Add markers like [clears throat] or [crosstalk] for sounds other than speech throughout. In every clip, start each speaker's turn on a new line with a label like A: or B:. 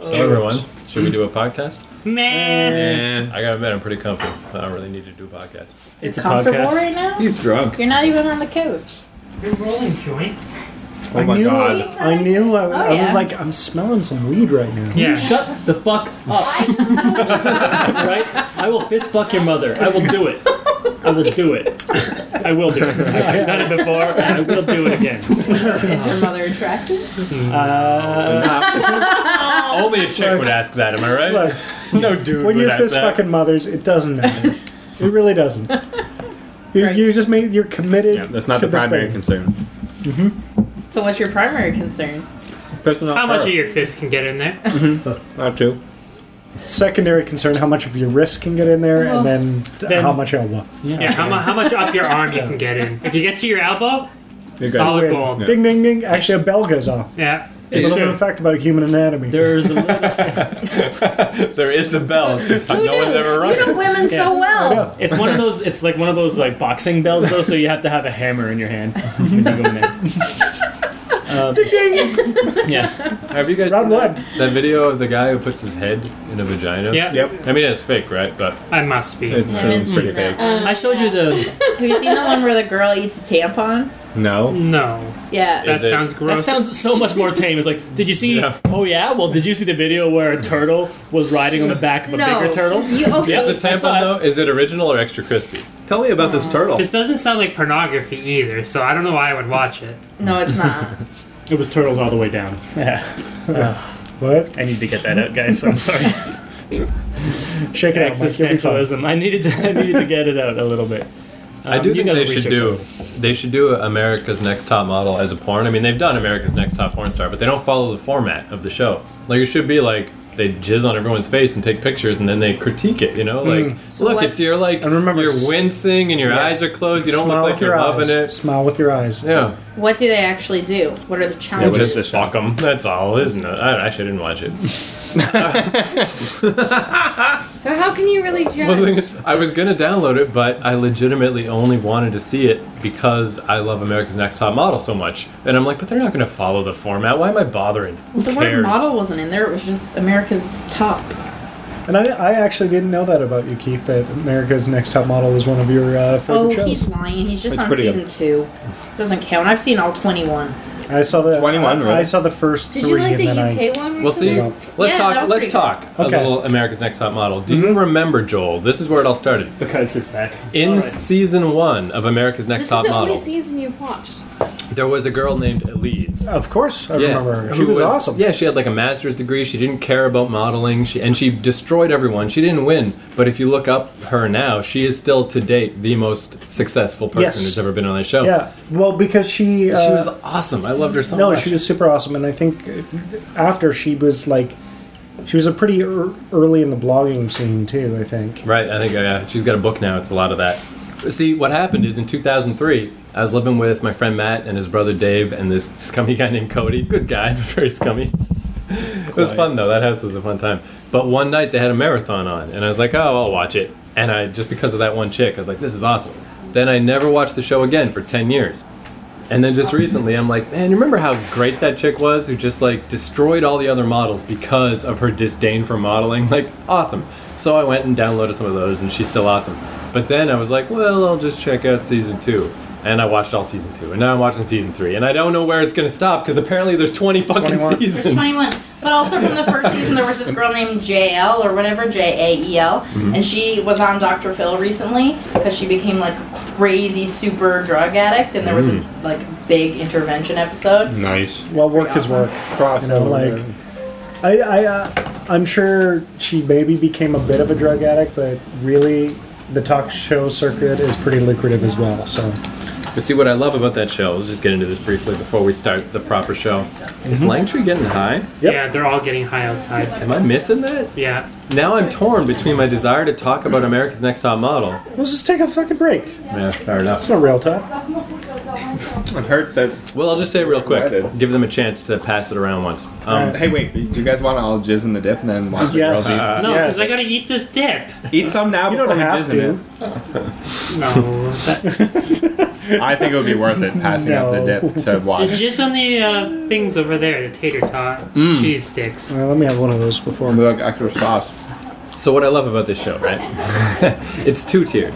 A: So everyone, should we do a podcast?
B: Eh,
C: Man,
A: I gotta admit, I'm pretty comfy. I don't really need to do a podcast.
B: it's a
C: comfortable
B: podcast.
C: right now?
B: He's drunk.
C: You're not even on the couch.
D: You're rolling joints.
B: Oh
E: I
B: my
E: knew,
B: god.
E: I knew. I, I
C: Oh, yeah.
E: was like, I'm smelling some weed right now.
D: Yeah.
B: Shut the fuck up. right? I will fist fuck your mother. I will do it. I will do it. I will do it. I've done it before. and I will do it again.
C: Is your [laughs] mother attractive?
B: Uh,
D: Uh,
A: Only a chick would ask that, am I right?
E: Look,
A: no [laughs] dude
E: when
A: would
E: you're
A: ask
E: fist
A: that.
E: fucking mothers, it doesn't matter. it really doesn't. You,
C: Right.
E: you just made you're committed.
F: Yeah, that's not
E: to
F: the primary
E: thing.
F: concern.
C: [laughs] So what's your primary concern?
F: Pissing off
D: How much
F: her.
D: of your fist can get in there?
E: Mm-hmm.
F: Not two.
E: Secondary concern: how much of your wrist can get in there, and
C: Well,
E: then,
B: Then-
E: how much elbow.
D: Yeah, how, mu- how much up your arm you can get in. If you get to your elbow,
F: You're good.
D: Solid.
E: Wait,
D: goal.
E: Ding ding ding! Actually, a bell goes off.
D: yeah.
E: It's a
B: it's
E: little known
B: true.
E: fact about human anatomy. [laughs]
B: There's a little,
A: There is a bell. It's just no one's ever rung
C: You know
A: it.
C: women
B: Yeah.
C: so well.
B: it's one of those. It's like one of those like boxing bells though, so you have to have a hammer in your hand when you go in there. Um,
E: ding ding!
C: [laughs]
B: Yeah,
A: Have you guys
E: Round
A: seen that-
E: one.
A: That video of the guy who puts his head in a vagina?
D: Yeah.
F: Yep.
A: I mean, it's fake, right? But
D: I must be.
F: It sounds pretty
C: Mm.
F: fake.
C: Uh, Um,
B: I showed you the.
C: Have you seen the one where the girl eats a tampon?
F: No.
D: No.
C: Yeah.
D: That
A: Is it-
D: sounds
B: That
D: gross.
B: sounds so much more tame. It's like, did you see?
A: Yeah.
B: Oh yeah. Well, did you see the video where a turtle was riding on the back of a
C: no.
B: bigger turtle?
C: You okay?
A: yeah, the
B: I
A: tampon
B: saw it.
A: though, is it original or extra crispy?
F: Tell me about this turtle.
D: Uh, this doesn't sound like pornography either, so I don't know why I would watch it.
C: No, it's not.
B: [laughs] It was turtles all the way down. [laughs] Yeah,
E: What?
B: I need to get that out, guys. I'm sorry.
E: Shake it out, Mike. You'll be fine.
B: existentialism. I needed to I needed to get it out a little bit.
A: I
B: Um,
A: do
B: you
A: think
B: guys
A: they
B: will
A: should
B: research
A: do. They should do America's Next Top Model as a porn. I mean, they've done America's Next Top Porn Star, but they don't follow the format of the show. Like it should be like they jizz on everyone's face and take pictures, and then they critique it. You know, like look,
C: what-
A: it's, you're like
E: Hmm. And remember,
A: you're
E: s-
A: wincing and your
E: yeah.
A: eyes are closed. You don't
E: Smile
A: look like
E: with your
A: you're
E: eyes.
A: loving it.
E: Smile with your eyes.
A: Yeah,
C: What do they actually do? What are the
F: Yeah,
C: challenges?
F: what is this?
A: fuck them. That's all, isn't it? I actually didn't watch it.
G: So how can you really judge?
A: Well, the thing is, I was gonna download it, but I legitimately only wanted to see it because I love America's Next Top Model so much, and I'm like, but they're not gonna follow the format. Why am I bothering? Who
C: The word
A: cares?
C: model wasn't in there. It was just America's top.
E: And I, I actually didn't know that about you, Keith. That America's Next Top Model is one of your uh,
C: Oh,
E: favorite
C: he's
E: shows.
C: lying. He's just
F: It's
C: on
F: pretty
C: season two. Doesn't count. I've seen all twenty-one.
E: I saw the
F: 21,
E: I,
F: really?
E: I saw the first
G: Did
E: three,
G: you like
E: and
G: the
E: then I.
G: UK one?
A: We'll see.
E: Yeah.
A: Let's
C: Yeah, that
A: talk.
C: was
A: Let's
C: pretty
A: talk
E: Okay.
A: a little America's Next Top Model. Do you remember Joel? This is where it all started.
B: because it's back.
A: In
B: All right.
A: season one of America's Next
G: This
A: Top
G: is the
A: Model,
G: only season you've watched.
A: there was a girl named Elise.
E: Of course, I remember her. She
A: who
E: was, awesome.
A: Yeah, she had like a master's degree. She didn't care about modeling. She and she destroyed everyone. She didn't win. But if you look up her now, she is still to date the most successful person
E: Yes.
A: who's ever been on that show.
E: Yeah. Well, because she. Uh,
A: she was awesome. I loved her so
E: No,
A: much.
E: she was super awesome, and I think uh, after she was like, she was a pretty ear early in the blogging scene too. I think.
A: Right, I think uh, she's got a book now. It's a lot of that. See, what happened is in 2003, I was living with my friend Matt and his brother Dave and this scummy guy named Cody. Good guy, [laughs] but very scummy. It was fun though. That house was a fun time. But one night they had a marathon on, and I was like, "Oh, I'll watch it." And I just because of that one chick, I was like, "This is awesome." Then I never watched the show again for 10 years. And then just recently, I'm like, man, you remember how great that chick was who just like destroyed all the other models because of her disdain for modeling? [laughs] Like, awesome. So I went and downloaded some of those, and she's still awesome. But then I was like, well, I'll just check out season two. And I watched all season two, and now I'm watching season three, and I don't know where it's gonna stop because apparently there's 20 fucking
E: 21.
A: seasons.
C: [laughs] There's 21. But also from the first season, there was this girl named JL or whatever, J A E L,
D: Mm-hmm.
C: and she was on Dr. Phil recently because she became like a crazy super drug addict, and there was
D: Mm.
C: a like big intervention episode.
F: Nice.
E: Well, work
C: pretty
E: is
C: awesome.
E: work. You know, like, I, I, uh, I'm sure she maybe became a bit of a drug addict, but really, the talk show circuit is pretty lucrative as well. So,
A: But see, what I love about that show, let's just get into this briefly before we start the proper show. Is
F: Mm-hmm.
A: Langtree getting high?
E: Yep.
D: Yeah, they're all getting high outside.
A: Am I missing that?
D: Yeah.
A: Now I'm torn between my desire to talk about America's Next Top Model.
E: let's just take a fucking break.
A: Yeah, fair enough.
E: It's not real talk.
F: I've heard that.
A: Well, I'll just say real quick,
F: Invited.
A: give them a chance to pass it around once. Um,
F: Hey, wait. Do you guys want to all jizz in the dip and then watch the
E: Yes.
F: girls
D: No, because
E: Yes.
D: I gotta eat this dip.
F: eat? Eat some now
E: You
F: before
E: don't
F: we [laughs]
E: have
F: jizz in it.
E: to.
D: No. That,
F: [laughs] I think it would be worth it passing up the
E: No.
F: dip to watch.
D: It's just on the uh, things over there, the tater tot,
A: Mm.
D: cheese sticks.
E: Uh, let me have one of those before.
F: We like extra sauce.
A: So what I love about this show, right? [laughs] it's two tiered.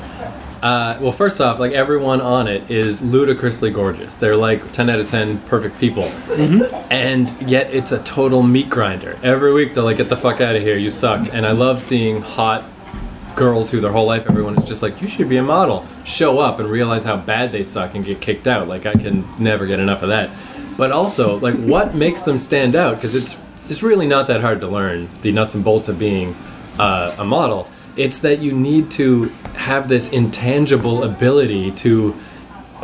A: Uh, well, first off, like everyone on it is ludicrously gorgeous. They're like ten out of ten perfect people, Mm-hmm. and yet it's a total meat grinder. Every week they're like, "Get the fuck out of here, you suck." And I love seeing hot girls who their whole life everyone is just like, "You should be a model." Show up and realize how bad they suck and get kicked out. Like I can never get enough of that. But also, like, what makes them stand out? Because it's it's really not that hard to learn the nuts and bolts of being uh, a model. It's that you need to have this intangible ability to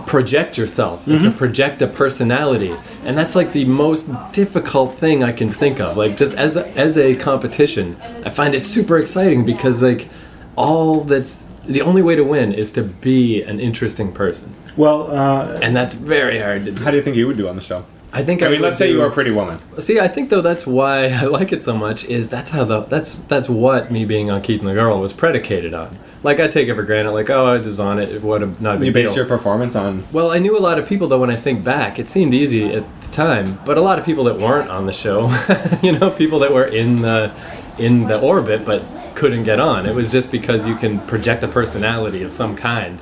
A: project yourself and
E: Mm-hmm.
A: to project a personality and that's like the most difficult thing i can think of like just as a, as a competition i find it super exciting because like all that's the only way to win is to be an interesting person
E: Well, uh,
A: and that's very hard to
F: How
A: do
F: do you think you would do on the show?
A: i think
F: I mean,
A: would
F: let's say you
A: do-
F: were a pretty woman.
A: See, I think though that's why [laughs] I like it so much is that's how the that's that's what me being on Keith and the Girl was predicated on. Like I take it for granted, like oh I was on it, what a not a big
F: You based
A: deal.
F: your performance on.
A: well, I knew a lot of people though when I think back, it seemed easy at the time, but a lot of people that weren't on the show, [laughs] you know, people that were in the in the orbit but couldn't get on. It was just because you can project a personality of some kind.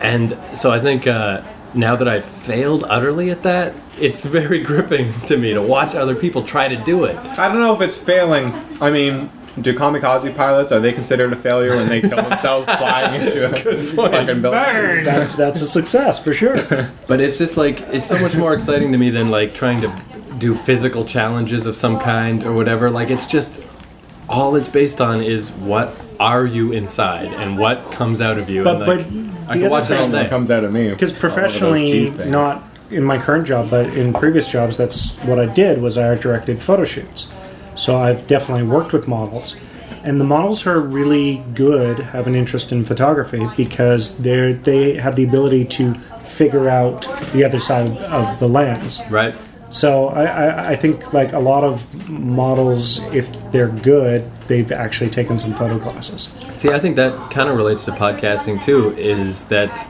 A: And so I think uh, now that I've failed utterly at that, it's very [laughs] gripping to me to watch other people try to do it.
F: I don't know if it's failing. I mean, do kamikaze pilots are they considered a failure when they kill themselves flying into [laughs] a fucking building?
D: Burn!
E: that, that's a success for sure.
A: But it's just like it's so much more exciting to me than like trying to do physical challenges of some kind or whatever. Like it's just all it's based on is what are you inside and what comes out of you.
E: But
A: and
E: but
A: like,
E: the
A: I can
E: other
A: watch it all
E: thing-
A: day.
F: That comes out of me
E: because
F: All of those
E: professionally
F: cheese things.
E: not in my current job but in previous jobs that's what i did was i art directed photo shoots so i've definitely worked with models and the models who are really good have an interest in photography because they they have the ability to figure out the other side of the lens
A: right?
E: so I, I, I think like a lot of models if they're good they've actually taken some photo classes
A: See, I think that kind of relates to podcasting too. Is that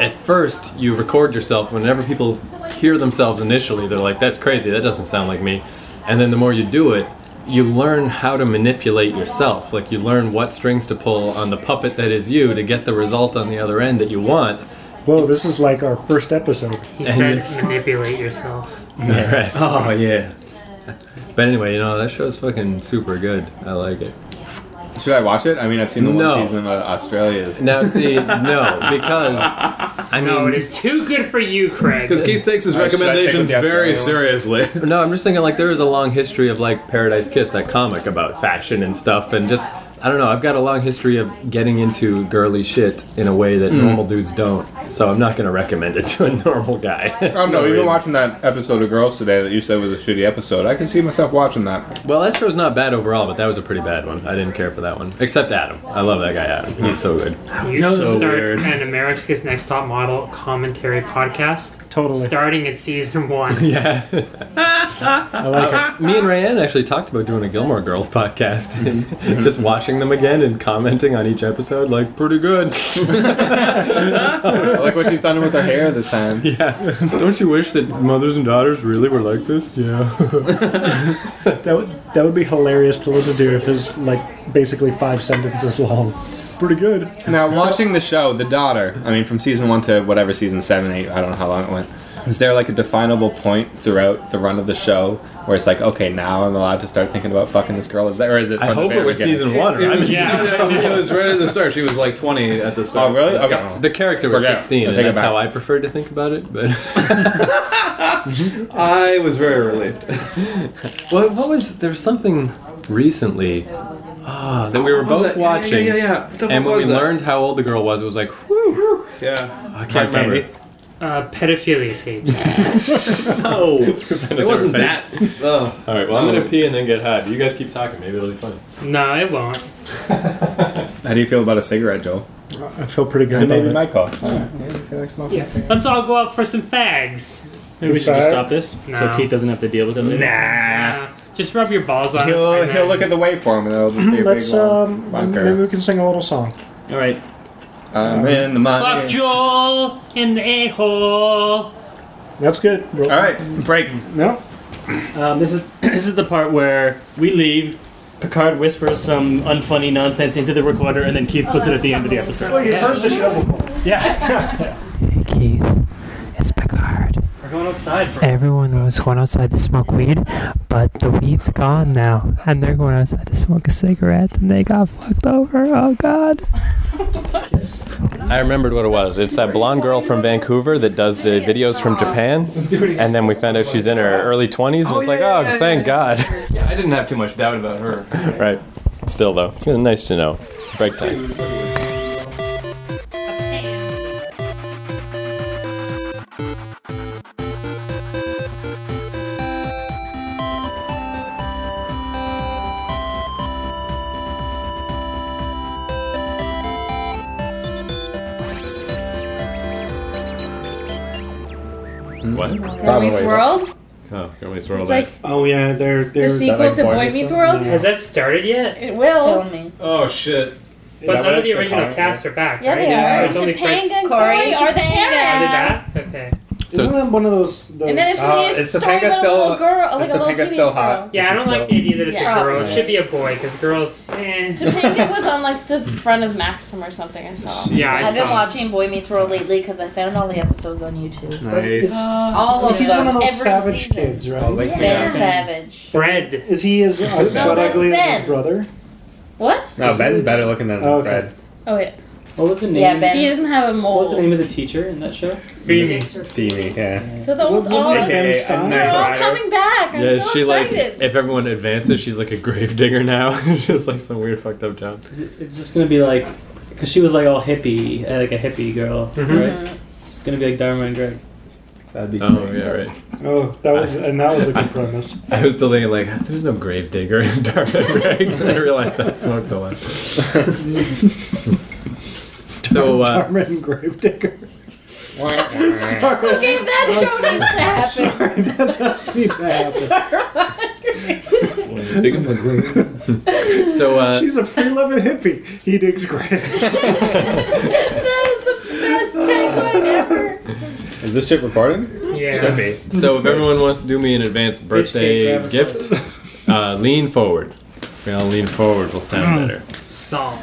A: at first you record yourself. Whenever people hear themselves initially, they're like, "That's crazy. That doesn't sound like me." And then the more you do it, you learn how to manipulate yourself. Like you learn what strings to pull on the puppet that is you to get the result on the other end that you want.
E: whoa this is like our first episode
D: He said, manipulate yourself. [laughs]
A: Right.
F: Oh yeah.
A: [laughs] But anyway, you know that show's fucking super good. I like it.
F: Should I watch it? I mean, I've seen the one
A: No.
F: season of Australia's.
A: Now, see,
F: [laughs]
A: no, because I mean,
D: No, it is too good for you, Craig.
H: Because Keith takes his
F: Alright, should I stick with
H: recommendations
F: the
H: very
F: Australian
H: seriously.
A: [laughs] No, I'm just thinking like there is a long history of like Paradise Kiss, that comic about fashion and stuff, and just I don't know. I've got a long history of getting into girly shit in a way
H: Mm.
A: that normal dudes don't. So I'm not gonna recommend it [laughs] to a normal guy.
F: Oh
A: [laughs]
F: no! Even watching that episode of Girls today that you said was a shitty episode, I can see myself watching that.
A: Well, that show's not bad overall, but that was a pretty bad one. I didn't care for that one, except Adam. I love that guy Adam. He's so good.
D: You should
A: so
D: start
A: weird.
D: an America's Next Top Model commentary podcast.
E: Totally.
D: Starting at season one.
A: [laughs] Yeah.
E: i like it
A: Me and Rayanne actually talked about doing a Gilmore Girls podcast and
F: Mm-hmm.
A: just watching them again and commenting on each episode, like pretty
F: [laughs]
A: good.
F: I like what she's done with her hair this time.
A: Don't you wish that mothers and daughters really were like this? Yeah.
E: That would that would be hilarious to listen to if it's like basically five sentences [laughs] long. Pretty good.
F: [laughs] Now, watching the show, the daughter, I mean, from season one to whatever season seven, eight, I don't know how long it went, is there like a definable point throughout the run of the show where it's like, okay, now I'm allowed to start thinking about fucking this girl? Is that, or is it?
A: I
F: from the
A: hope
F: very
A: it was
F: beginning?
A: season one.
H: It
A: right? [laughs]
H: was,
D: Yeah.
H: it was right at the start. She was like 20 at the start.
F: Oh, really? Okay.
A: The character was
F: Forget it.
A: 16,
F: I'll
A: and
F: take it
A: that's
F: back.
A: how I prefer to think about it. But
H: [laughs] I was very relieved.
A: what, what was there was something recently [laughs] ah, that we were
H: What was
A: both
H: that?
A: watching,
H: Yeah, yeah, yeah. What the fuck
A: and when we
H: was that?
A: learned how old the girl was, it was like, whew,
H: Yeah.
A: I can't
F: Hard
A: remember.
D: Uh, pedophilia
A: [laughs]
D: tapes.
H: No.
A: Oh,
H: it wasn't that. Oh.
A: [laughs] All right, well, I'm gonna pee and then get hot. You guys keep talking, maybe it'll be fun.
D: no, it won't.
F: How do you feel about a cigarette, Joel?
E: I feel pretty good.
F: And maybe
E: About it.
F: my call. smoking
D: Yeah. Let's all go out for some fags.
B: Maybe we should just stop this
D: No.
B: so Keith doesn't have to deal with it later.
F: Nah.
D: Uh, just rub your balls on it.
F: He'll,
D: and
F: he'll
D: then-
F: look at the waveform and it'll just be a big
E: Let's uh,
F: long
E: um,
F: bunker.
E: maybe we can sing a little song.
B: All right.
F: I'm in the
D: Fuck
F: money.
D: Joel in the a hole.
E: That's good. Roll-
F: All right, break.
E: No.
B: Um, this
I: [clears throat]
B: is this is the part where we leave. Picard whispers some unfunny nonsense into the recorder, and then Keith puts it at the end of the episode.
E: you've Oh, heard the show
I: [laughs]
E: before.
B: Yeah,
J: Keith, it's Picard.
B: we're going outside for.
J: Everyone was going outside to smoke weed, but the weed's gone now, and they're going outside to smoke a cigarette, and they got fucked over. Oh God!
A: I remembered what it was. It's that blonde girl from Vancouver that does the videos from Japan, and then we found out she's in her early twenties, and it's like, oh, thank God.
H: Yeah, I didn't have too much doubt about her.
A: [laughs] right. Still though, it's kinda nice to know. Break time. What?
G: Boy Meets World? It's
A: Oh, you always roll that.
G: like
E: Oh yeah, they're
G: the
E: they're.
G: sequel
F: like
G: to
F: Boy
G: Boy
F: Meets
G: Meets World.
E: Yeah.
D: Has that started yet?
G: It will.
C: Kill me.
H: Oh shit.
D: But some
F: what
D: of the
F: they're
D: original
F: calling it?
D: cast are back,
G: Yeah,
D: right?
G: they
D: Or
G: are.
D: it's only Prince-
G: Topanga and Corey
C: Corey
G: are the
C: Topanga.
D: Are they
G: parents.
D: back? Okay. Oh,
E: Isn't that one of those? those
G: And then it's
F: Uh,
G: really a
F: is the
G: story
F: Topanga
G: about a
F: still-
G: little girl, like
F: is
G: a little
F: Topanga
G: teenage
F: still hot?
G: girl.
D: Yeah, I don't like the idea that it's
G: Yeah.
D: a girl. It should be a boy, because girls. Eh.
G: Topanga was on like the front of Maxim or something. I saw.
D: Yeah, I
C: I've been
D: saw.
C: watching Boy Meets World lately because I found all the episodes on YouTube.
F: Nice.
C: All of
E: he's
C: them.
E: one of those
C: every
E: savage
C: season.
E: kids, right?
F: Oh, like-
C: Ben Savage.
D: Fred.
E: Is he as uh,
F: No,
E: but
C: that's
E: ugly as his
C: Ben.
E: brother?
C: What?
F: No, Ben's better looking than
E: Okay.
F: Fred.
G: Oh wait,
I: What was the name?
C: Yeah, Ben.
G: he doesn't have a
I: What was the
G: mole.
I: name of the teacher in that show?
D: Phoebe.
F: Phoebe, yeah.
G: So that was
E: Wasn't
G: all.
E: it Ben
F: AKA
E: Stein?
G: They're all
F: Ryder.
G: coming back. I'm
A: Yeah,
G: so
A: she like
G: excited.
A: if everyone advances, she's like a grave digger now. [laughs] Just like some weird fucked up job.
I: Is it, it's just gonna be like, because she was like all hippie, uh, like a hippie girl, right? It's gonna be like Dharma and Greg.
F: Mm-hmm. That'd be great.
A: Oh yeah, right.
E: Oh, that was and that was a good premise.
A: [laughs] I was delaying like there's no grave digger in [laughs] Dark Greg. I realized I smoked a
E: [laughs]
A: lot. so uh,
E: Armin Gravedigger.
G: Okay, that show needs to happen.
E: Sorry, that does need to happen.
A: [laughs] so uh,
E: She's a free loving hippie. He digs [laughs] graves.
G: that is the best tagline ever.
F: Is this shit recording?
D: Yeah.
A: so if everyone wants to do me an advanced birthday
I: can't grab a
A: gift, [laughs] uh, lean forward. We all lean forward. Will
E: Mm.
A: sound better.
D: Song.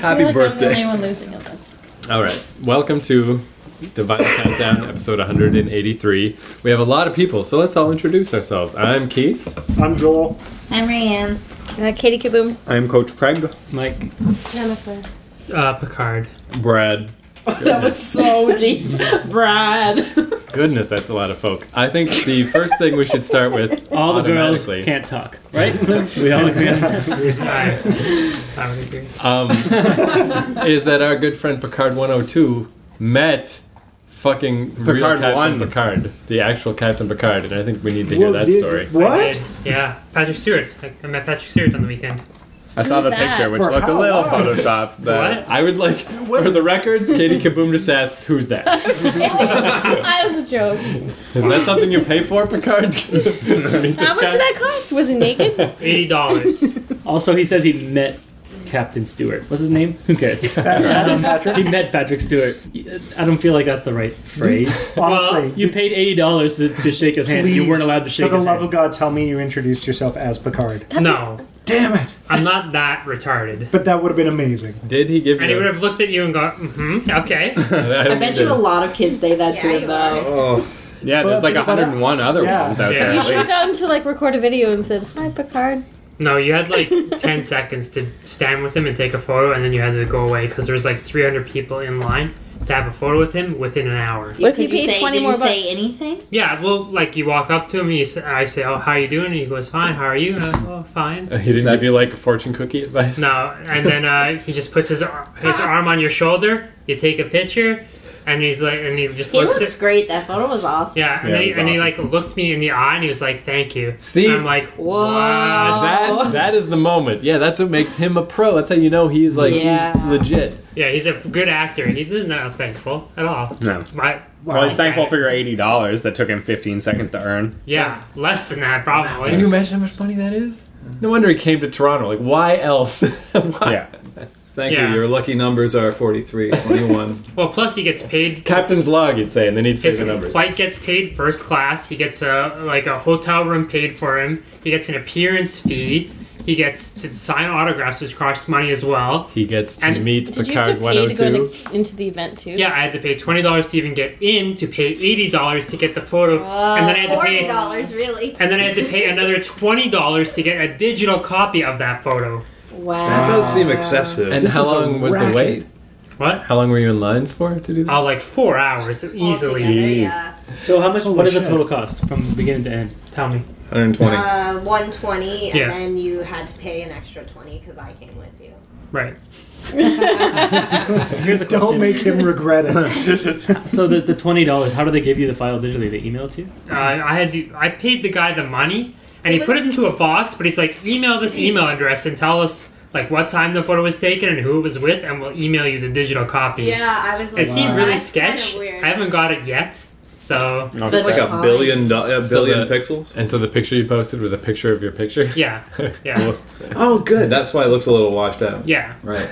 G: Happy birthday. I'm the only one losing at this.
A: All right. Welcome to the Vinyl Countdown, episode 183. We have a lot of people, so let's all introduce ourselves. I'm Keith.
E: I'm Joel.
C: I'm Rayanne.
G: Uh, Katie
A: [laughs]
G: [laughs] Kaboom.
F: I'm Coach Craig.
I: Mike,
G: Jennifer.
D: Uh, Picard.
A: Brad.
C: That was
D: [laughs]
G: [laughs]
C: so deep. Brad.
A: Goodness, that's a lot of folk. I think the first thing we should start with
I: all the girls
A: automatically-
I: can't talk, right? [laughs]
A: [laughs]
I: we all agree on that.
D: I, I would agree.
A: um,
D: [laughs]
A: is that our good friend Picard 102 met fucking real
F: Picard
A: Captain
F: one.
A: Picard, the actual Captain Picard, and I think we need to hear
E: Whoa,
A: that
E: did-
A: story.
D: I
E: [laughs] What?
D: did. Yeah. Patrick Stewart. I, I met Patrick Stewart on the weekend.
F: I saw
G: Who's
F: the
G: that?
F: picture, which
E: For
F: looked a
E: how
F: little
E: long?
F: photoshopped. But
A: I would like, for the records, Katie Kaboom just asked, "Who's that?
G: I was a joke.
A: Is that something you pay for, Picard?" to
F: [laughs]
I: [laughs]
A: meet
G: How
A: this
G: much
A: guy?
G: did that cost? Was it naked?
D: Eighty dollars.
I: Also, he says he met Captain Stewart. What's his name? Who
E: [laughs]
I: cares? Um, [laughs] he met Patrick Stewart. I don't feel like that's the right phrase.
E: [laughs] Honestly,
I: You
E: d-
I: paid eighty dollars to, to shake his hand. You
E: please,
I: weren't allowed to shake
E: For the
I: his
E: love
I: hand.
E: of God, tell me you introduced yourself as Picard.
D: no,
E: Damn it!
D: I'm not that retarded.
E: But that would have been amazing.
A: Did he give
D: And he
A: you?
D: would have looked at you and gone, mm-hmm,
F: [laughs]
D: okay.
C: I bet you a lot of kids say that to
G: Yeah,
C: him
G: you
C: though.
F: oh, yeah, there's like
E: But- but-
F: 101 other
E: yeah.
F: ones out
D: Yeah.
F: there.
G: You
F: At
G: should have
F: least.
G: gotten to like record a video and said, "Hi, Picard."
D: No, you had
C: [laughs]
D: like 10 seconds to stand with him and take a photo, and then you had to go away because there was like 300 people in line to have a photo with him within an hour.
G: What if he
C: Did you
G: paid
C: say,
G: 20
C: did
G: more
C: you say
G: bucks?
C: anything?
D: Yeah, well, like you walk up to him, and you say, I say, Oh, how you doing? And he goes, Fine, how are you? Uh, oh,
F: [laughs]
D: fine.
A: He didn't
D: [laughs]
A: give
F: That's-
A: you like fortune cookie advice.
D: No, and then uh, he just puts his, ar- his
C: Ah.
D: arm on your shoulder, you take a picture, and he's like, and he just
C: He
D: looks,
C: looks
D: at
C: great. That photo was awesome.
D: yeah, and,
F: Yeah,
D: then he,
F: it was
D: and he like
F: awesome.
D: looked me in the eye and he was like, "Thank you."
A: See?
D: And I'm like,
C: Wow.
D: "What?"
A: That,
C: Oh. [laughs]
A: that is the moment. Yeah, that's what makes him a pro. That's how you know he's like
C: Yeah.
A: he's legit.
D: Yeah, he's a good actor. He's not thankful at all.
F: No.
D: My,
F: Well, he's thankful for your $80 that took him 15 seconds to earn.
D: Yeah, less than that probably.
A: Can you imagine how much money that is? No wonder he came to Toronto. Like, [laughs] why else? Why-
F: Yeah.
H: Thank
D: Yeah.
H: you. Your lucky numbers
A: [laughs]
H: are 43, 21.
D: Well, plus he gets paid.
A: Captain's log, you'd say, and then he'd say
D: His
A: the numbers.
D: flight gets paid first class. He gets a like a hotel room paid for him. He gets an appearance fee. He gets to sign autographs, which costs money as well.
A: He gets to
D: And-
A: meet
G: Did you have to
A: Picard
G: pay to
A: 102.
G: go in the, into the event too?
D: Yeah, I had to pay twenty dollars to even get in. To pay eighty dollars to get the photo, and then I had to pay
G: dollars, really.
D: And then I had to pay another twenty dollars to get a digital copy of that photo.
G: Wow.
H: That does seem excessive.
A: and how long was the wait?
D: What?
A: How long were you in lines for to do that?
D: Oh, like four hours easily.
A: Altogether, Jeez.
K: yeah.
I: So how much? What
A: Holy
I: is the
A: shit.
I: total cost from beginning to end?
D: Tell me.
H: 120.
K: Uh, 120, and
I: Yeah.
K: then you had to pay an extra 20 because I came with you.
E: [laughs]
D: Right.
I: Here's a question.
E: Don't make him regret
I: it. [laughs] so the, the twenty dollars. How do they give you the file digitally? They email it to you.
D: Uh, I had to, I paid the guy the money, and he put it into a box. But he's like, email this email address and tell us like what time the photo was taken and who it was with, and we'll email you the digital copy.
K: Yeah, I was like,
D: it seemed really
K: that's kind of
D: sketch.
K: weird.
D: I haven't got it yet, so
H: It's like a billion, do- a billion pixels.
A: And so the picture you posted was a picture of your picture? [laughs]
D: Yeah. Yeah.
H: Oh, good. That's why it looks a little washed out.
D: Yeah.
H: Right.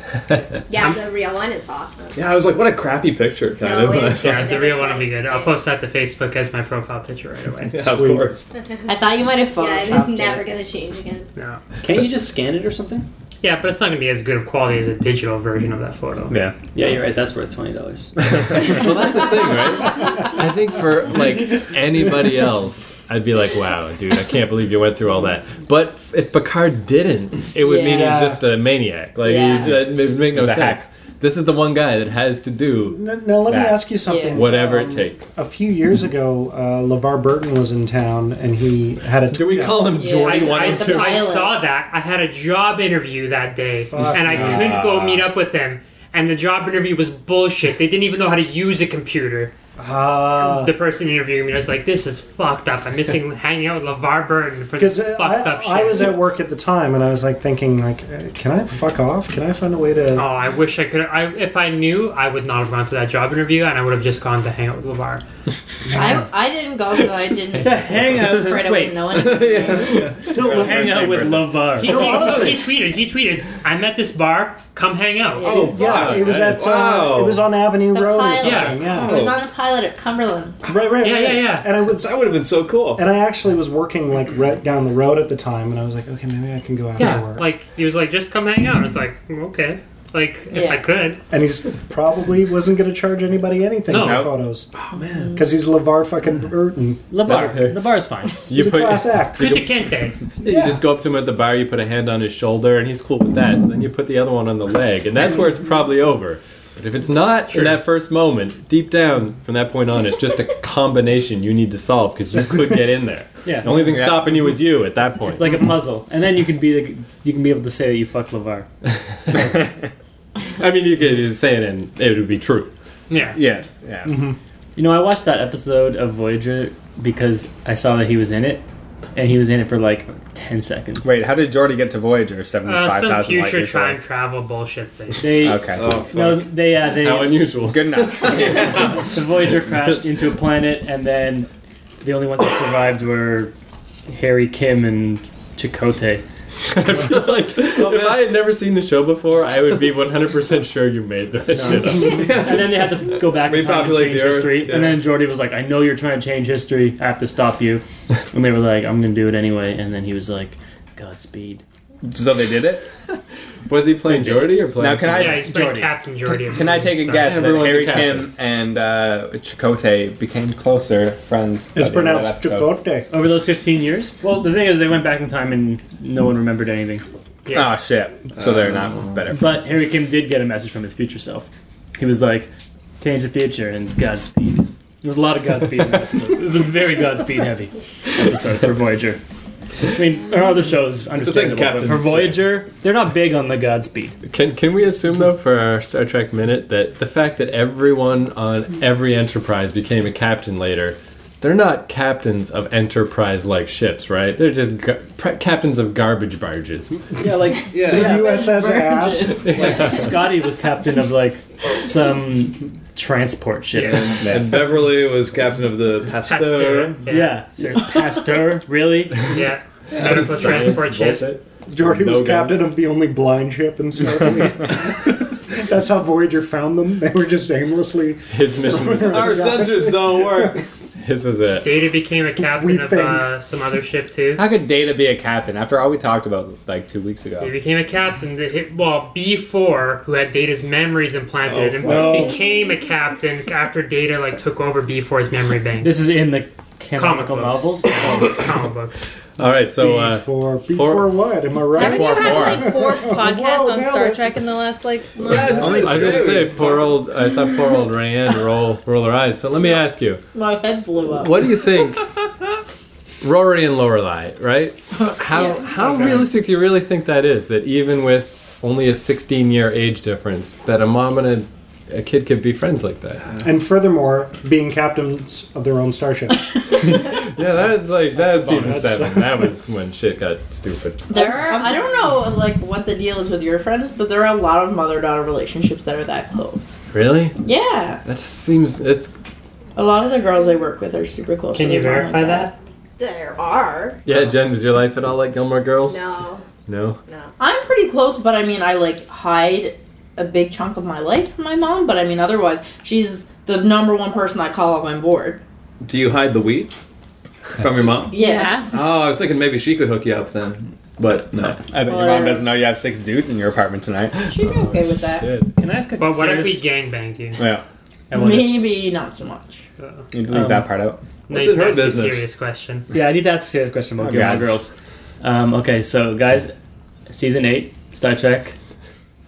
K: Yeah, the real one, it's awesome.
H: Yeah, I was like, what a crappy picture, kind
K: No,
H: [laughs] of.
K: it's-
D: yeah, the real one will be
K: [laughs]
D: good. I'll post that to Facebook as my profile picture right away.
H: Yeah, of course.
C: I thought you might have photoshopped
K: Yeah, it is
C: it.
K: never going to change again.
D: No.
I: Can't you just scan it or something?
D: Yeah, but it's not going to be as good of quality as a digital version of that photo.
H: Yeah.
I: Yeah, you're right. That's worth twenty dollars.
A: well, that's the
K: [laughs]
A: thing, right? I think for like anybody else, I'd be like, "Wow, dude, I can't believe you went through all that." But f- if Picard didn't, it would mean
E: Yeah.
A: he's just a maniac. Like
E: Yeah.
A: that it would make no
F: He's a
A: sense.
F: hack.
A: This is the one guy that has to do
E: N- Now, let me
A: That.
E: ask you something.
A: whatever
E: Um,
A: it takes.
E: A few years ago, uh, LeVar Burton was in town and he had a.
A: Do we call him
E: Yeah.
A: Jordy
D: I,
A: One
D: I-
A: Hundred Two?
D: I saw that. I had a job interview that day,
E: Fuck
D: and I
E: no.
D: couldn't go meet up with them. And the job interview was bullshit. They didn't even know how to use a computer.
E: Ah.
D: the person interviewing me was like, "This is fucked up. I'm
E: [laughs]
D: missing hanging out with LeVar Burton for this
E: Because
D: fucked up shit."
E: uh, I, I was at work at the time and I was like thinking, like, uh, can I fuck off? Can I find a way to?
D: Oh, I wish I could. I, if I knew, I would not have gone to that job interview, and I would have just gone to hang out with LeVar.
C: I, I didn't go because I didn't.
I: to hang out.
C: Afraid I
I: Wait.
C: wouldn't
I: [laughs]
C: know anything.
I: No, hang out with Lavar.
D: He, he- he tweeted. He tweeted. I'm at this bar. Come hang out.
H: Oh,
E: yeah,
H: fuck.
E: it was
H: That
E: at
H: is-
E: some, it was on Avenue
C: The
E: Road or
C: pilot.
E: something.
D: Yeah.
E: Yeah,
C: I was on the pilot at Cumberland.
E: right, right,
D: Yeah,
E: right.
D: yeah, yeah.
E: And I was,
H: That would have been so cool.
E: and I actually was working like right down the road at the time, and I was like, okay, maybe I can go out
D: Yeah,
E: for work.
D: like he was like, just come hang out. It's like okay, like if
C: Yeah.
D: I could.
E: and he's probably wasn't going to charge anybody anything
D: No.
E: for
D: Nope.
E: photos. Oh man, because he's LeVar fucking Burton.
I: Lavar. Lavar's fine.
E: He's a class act.
D: Good to Kente.
A: You just go up to him at the bar, you put a hand on his shoulder, and he's cool with that. So then you put the other one on the leg, and that's where it's probably over. But if it's not in that first moment, deep down from that point on, it's just a combination you need to solve because you could get in there.
I: [laughs] Yeah.
A: The only thing
F: Yeah.
A: stopping you is you at that point.
I: It's like a puzzle, and then you can be the, you can be able to say that you
A: [laughs]
I: fucked Lavar.
A: I mean, you could just say it and it would be true.
D: Yeah.
F: Yeah, yeah.
I: You know, I watched that episode of Voyager because I saw that he was in it, and he was in it for like ten seconds.
F: Wait, how did Jordy get to Voyager?
D: Uh,
F: Seventy-five
D: some
F: thousand light
D: future
F: years
D: time
F: away.
D: travel bullshit thing.
I: They
F: Okay,
H: Oh,
I: no,
H: fuck.
I: they uh, they
A: How unusual.
D: [laughs]
F: good enough.
I: the Voyager crashed into a planet, and then the only ones that survived were Harry Kim and Chakotay.
A: I feel like if I had never seen the show before, I would be 100% sure you made that shit up.
I: [laughs] And then they had to go back in time and
H: Repopulate
I: change
H: the Earth,
I: history. And
H: yeah.
I: then Jordy was like, "I know you're trying to change history. I have to stop you." And they were like, "I'm going to do it anyway." And then he was like, "Godspeed."
F: so they did it.
A: Was he playing Geordie or playing?
F: Now, can I-
D: Yeah, he's playing
I: Geordi.
D: Captain Jordy.
F: Can I take a guess that
A: Everyone's a
F: Harry
A: captain.
F: Kim and uh, Chakotay became closer friends? by
E: It's
F: the end of
E: pronounced
F: that episode?
E: Chicote.
I: Over those 15 years? Well, the thing is, they went back in time and no one remembered anything.
F: Oh shit! So they're
E: Um,
F: not better.
I: But Harry Kim did get a message from his future self. He was like, change the future and Godspeed. There was a lot of Godspeed in that
E: [laughs]
I: episode. It was very Godspeed heavy episode for Voyager. I mean, our other shows, understandable, but for
H: Captain's-
I: Voyager, they're not big on the Godspeed.
A: Can can we assume though for our Star Trek minute that the fact that everyone on every Enterprise became a captain later, they're not captains of Enterprise-like ships, right? They're just gar- pre- captains of garbage barges.
I: Yeah, like
E: The USS Ash.
I: Scotty was captain of like some transport ship. Yeah.
D: Yeah.
H: And Beverly was captain of the Pasteur.
D: Pasteur. Yeah.
I: Sir Pasteur, really?
D: [laughs] Yeah. Medical transport ship.
A: Bullshit.
E: Jordy
A: No
E: was
A: guns.
E: captain of the only blind ship in
A: [laughs]
E: Starfleet. That's how Voyager found them. They were just aimlessly.
A: His mission
E: [laughs]
A: was
D: Our sensors
H: don't work.
A: His was it.
D: Data became a
E: We
D: captain of
E: think.
D: uh, some other ship too.
F: How could Data be a captain after all we talked about like two weeks
D: He
F: ago?
D: became a captain. That hit, well, B4, who had Data's memories implanted,
F: Oh,
D: and
F: fuck. No.
D: became a captain after Data like took over B4's memory bank.
I: This is in the
D: comic
I: canonical
D: books.
I: novels.
D: Oh, [laughs] comic books.
A: All right, so uh,
E: before before what? Am I right?
G: Haven't you had like four podcasts
E: Whoa,
G: on
E: nailed
G: Star
E: it.
G: Trek in the last like month?
A: I was gonna say poor old. I saw poor old Rayanne roll roll her eyes. So let me ask you,
G: My head blew up.
A: what do you think? Rory and Lorelai, right? How
G: Yeah.
A: how realistic do you really think that is? That even with only a 16 year age difference, that a mom and a, a kid could be friends like that?
E: And furthermore, being captains of their own starship.
A: Yeah, that is like that is season
E: That's-
A: seven. That was when shit got stupid.
C: There are, I don't know like what the deal is with your friends, but there are a lot of mother daughter relationships that are that close.
A: Really?
C: Yeah,
A: That just seems it's
C: a lot of the girls I work with are super close.
D: Can
C: with
D: you
C: their mom
D: verify
C: like
D: that?
K: There are.
A: yeah. Jen, was your life at all like Gilmore Girls?
K: No.
A: No.
C: I'm pretty close, but I mean, I like hide a big chunk of my life from my mom. But I mean, otherwise, she's the number one person I call up when I'm bored.
H: Do you hide the wheat from your mom?
C: Yes.
H: Oh, I was thinking maybe she could hook you up then, but no.
F: I bet your mom
C: Hilarious.
F: doesn't know you have six dudes in your apartment tonight.
C: She'd be okay with that.
I: uh, Can I ask a
D: But what if we
I: serious-
D: gangbanged you?
F: Yeah.
I: I wonder-
C: Maybe not so much.
F: You leave
I: Um,
F: that part out.
H: What's it her
D: That's a
H: business?
D: serious question.
I: Yeah, I need to ask a serious question about
F: Oh,
I: Gilmore
F: God.
I: Girls. Um, okay, so guys, season eight, Star Trek,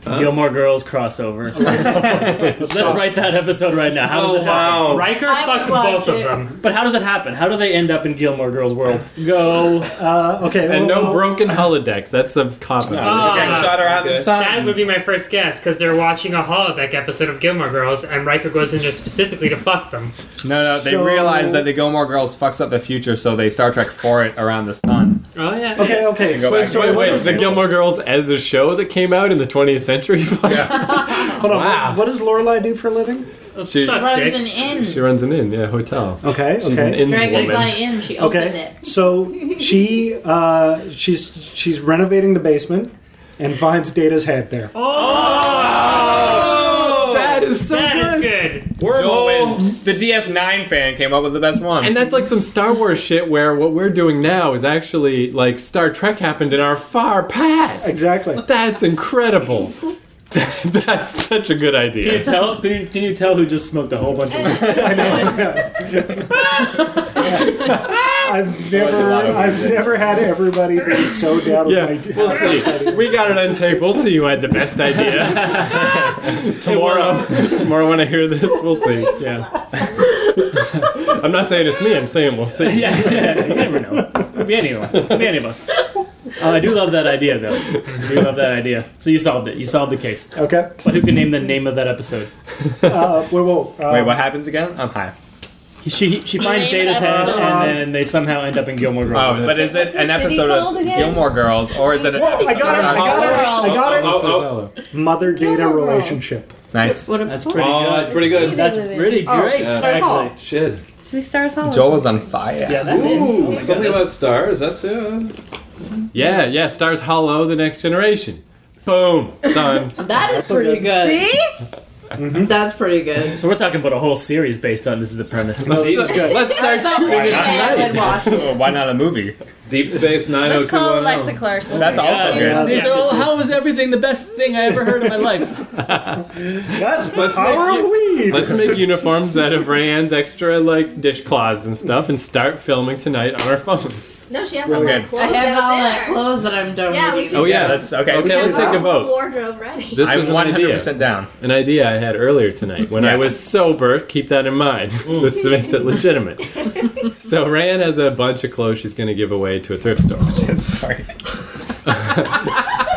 H: Huh?
I: Gilmore
H: [laughs]
I: Girls crossover. Let's write that episode right now. How does
H: Oh,
I: it happen?
H: wow.
D: Riker
C: I would
D: fucks
C: watch
D: both of
C: it.
D: them.
I: But how does it happen? How do they end up in Gilmore Girls world? Go.
E: Uh, okay.
A: And no
E: well, well,
A: broken holodecks. That's a cop out.
I: Ah,
D: Oh,
F: Just get shot around the
H: okay.
F: side.
D: That would be my first guess because they're watching a holodeck episode of Gilmore Girls, and Riker goes in there specifically to fuck them.
F: No, no, they
E: So-
F: realize that the Gilmore Girls fucks up the future, so they Star Trek for it around the sun.
D: Oh yeah.
E: Okay. Okay.
F: Go
E: So,
F: back.
E: so
A: Wait,
E: what
A: wait,
E: is-
A: the Gilmore Girls as a show that came out in the 20th century? [laughs]
E: hold on.
A: Wow.
E: What does Lorelai do for a living?
A: She-
D: Sucks
C: Runs
D: dick.
C: an inn.
A: she runs an inn, yeah, hotel.
E: Okay.
A: She's
E: okay.
A: an inn's woman.
C: Dragonfly Inn. She opened
E: Okay, so she uh, she's she's renovating the basement and finds Data's head there.
K: Oh!
A: That is so
D: That is
A: good.
D: good.
F: Joel wins. The DS9 fan came up with the best one.
A: And that's like some Star Wars shit where what we're doing now is actually like Star Trek happened in our far past.
E: Exactly.
A: That's incredible. [laughs] that's such a good
I: Can you
A: idea.
I: tell? Can you, can you tell who just smoked a whole bunch of?
E: I know. I've never
F: lot of
E: I've
F: music.
E: never had everybody be so down with
A: Yeah,
E: my
A: we'll see. We got it on tape. We'll see who had the best
I: [laughs]
A: idea. tomorrow, [laughs] tomorrow when I hear this, we'll see. Yeah. [laughs] I'm not saying it's me. I'm saying we'll see.
I: yeah, yeah, you never know. Could be anyone. Could be any of us. Uh, I do love that idea, though. I do love that idea. So you solved it. You solved the case.
E: Okay.
I: But who can name the name of that episode?
E: Uh, whoa, whoa. Uh,
F: Wait, what happens again? I'm high.
I: She she finds
C: Name
I: Data's
C: of
I: head,
C: episode.
I: and then they somehow end up in Gilmore Girls.
F: Oh, but is it an
G: What's the
F: episode
G: city called
F: of
G: again?
F: Gilmore Girls, or is it? An
E: Whoa, I got it! I got it! I got it!
H: Oh,
E: Mother data
G: Gilmore Girls.
E: relationship.
F: Nice.
C: it. What
I: That's
C: a
I: pretty
H: Oh,
I: good.
H: that's pretty good.
I: That's pretty great.
H: yeah.
I: Actually,
H: Shit.
G: Should we star Solid?
F: Joel is on fire.
I: yeah, that's it. Oh my
H: Ooh,
I: God,
H: something
I: that's-
H: about stars. That's uh, it.
A: Yeah, yeah. Stars Hollow, The Next Generation. Boom. Done. [laughs]
C: That is pretty good.
G: See?
E: Mm-hmm.
C: That's pretty good.
I: So we're talking about a whole series based on this is the premise.
E: No, this is good.
A: Let's start
C: I thought
A: shooting
C: one
A: it
C: day I would
A: tonight.
C: watch it.
F: Why not a movie?
H: Deep Space
G: Let's call Alexa
H: 90210.
G: Clark.
F: That's also
E: Yeah.
F: good.
I: These are all, how is everything the best thing I ever heard in my life?
E: That's the
A: Let's
E: power
A: make
E: of
A: you-
E: weed.
A: Let's make uniforms out of Rayanne's extra like dishcloths and stuff, and start filming tonight on our phones.
K: No, she has
E: Really
K: all that
F: good.
C: I
K: clothes
C: have
K: out
C: all
K: there.
C: that clothes that I'm donating.
K: Yeah, we can
A: Oh yeah,
F: Yeah, that's okay.
A: Okay,
K: Have
A: let's
K: our
A: take a
K: whole
A: vote.
K: Wardrobe ready.
A: This
F: I'm
A: was an
F: 100%
A: idea,
F: down.
A: an idea I had earlier tonight when I
F: Yes.
A: was sober. Keep that in mind. [laughs]
F: Mm.
A: this makes it legitimate.
C: [laughs]
A: so Rayanne has a bunch of clothes she's going to give away to a thrift store.
F: [laughs] Sorry.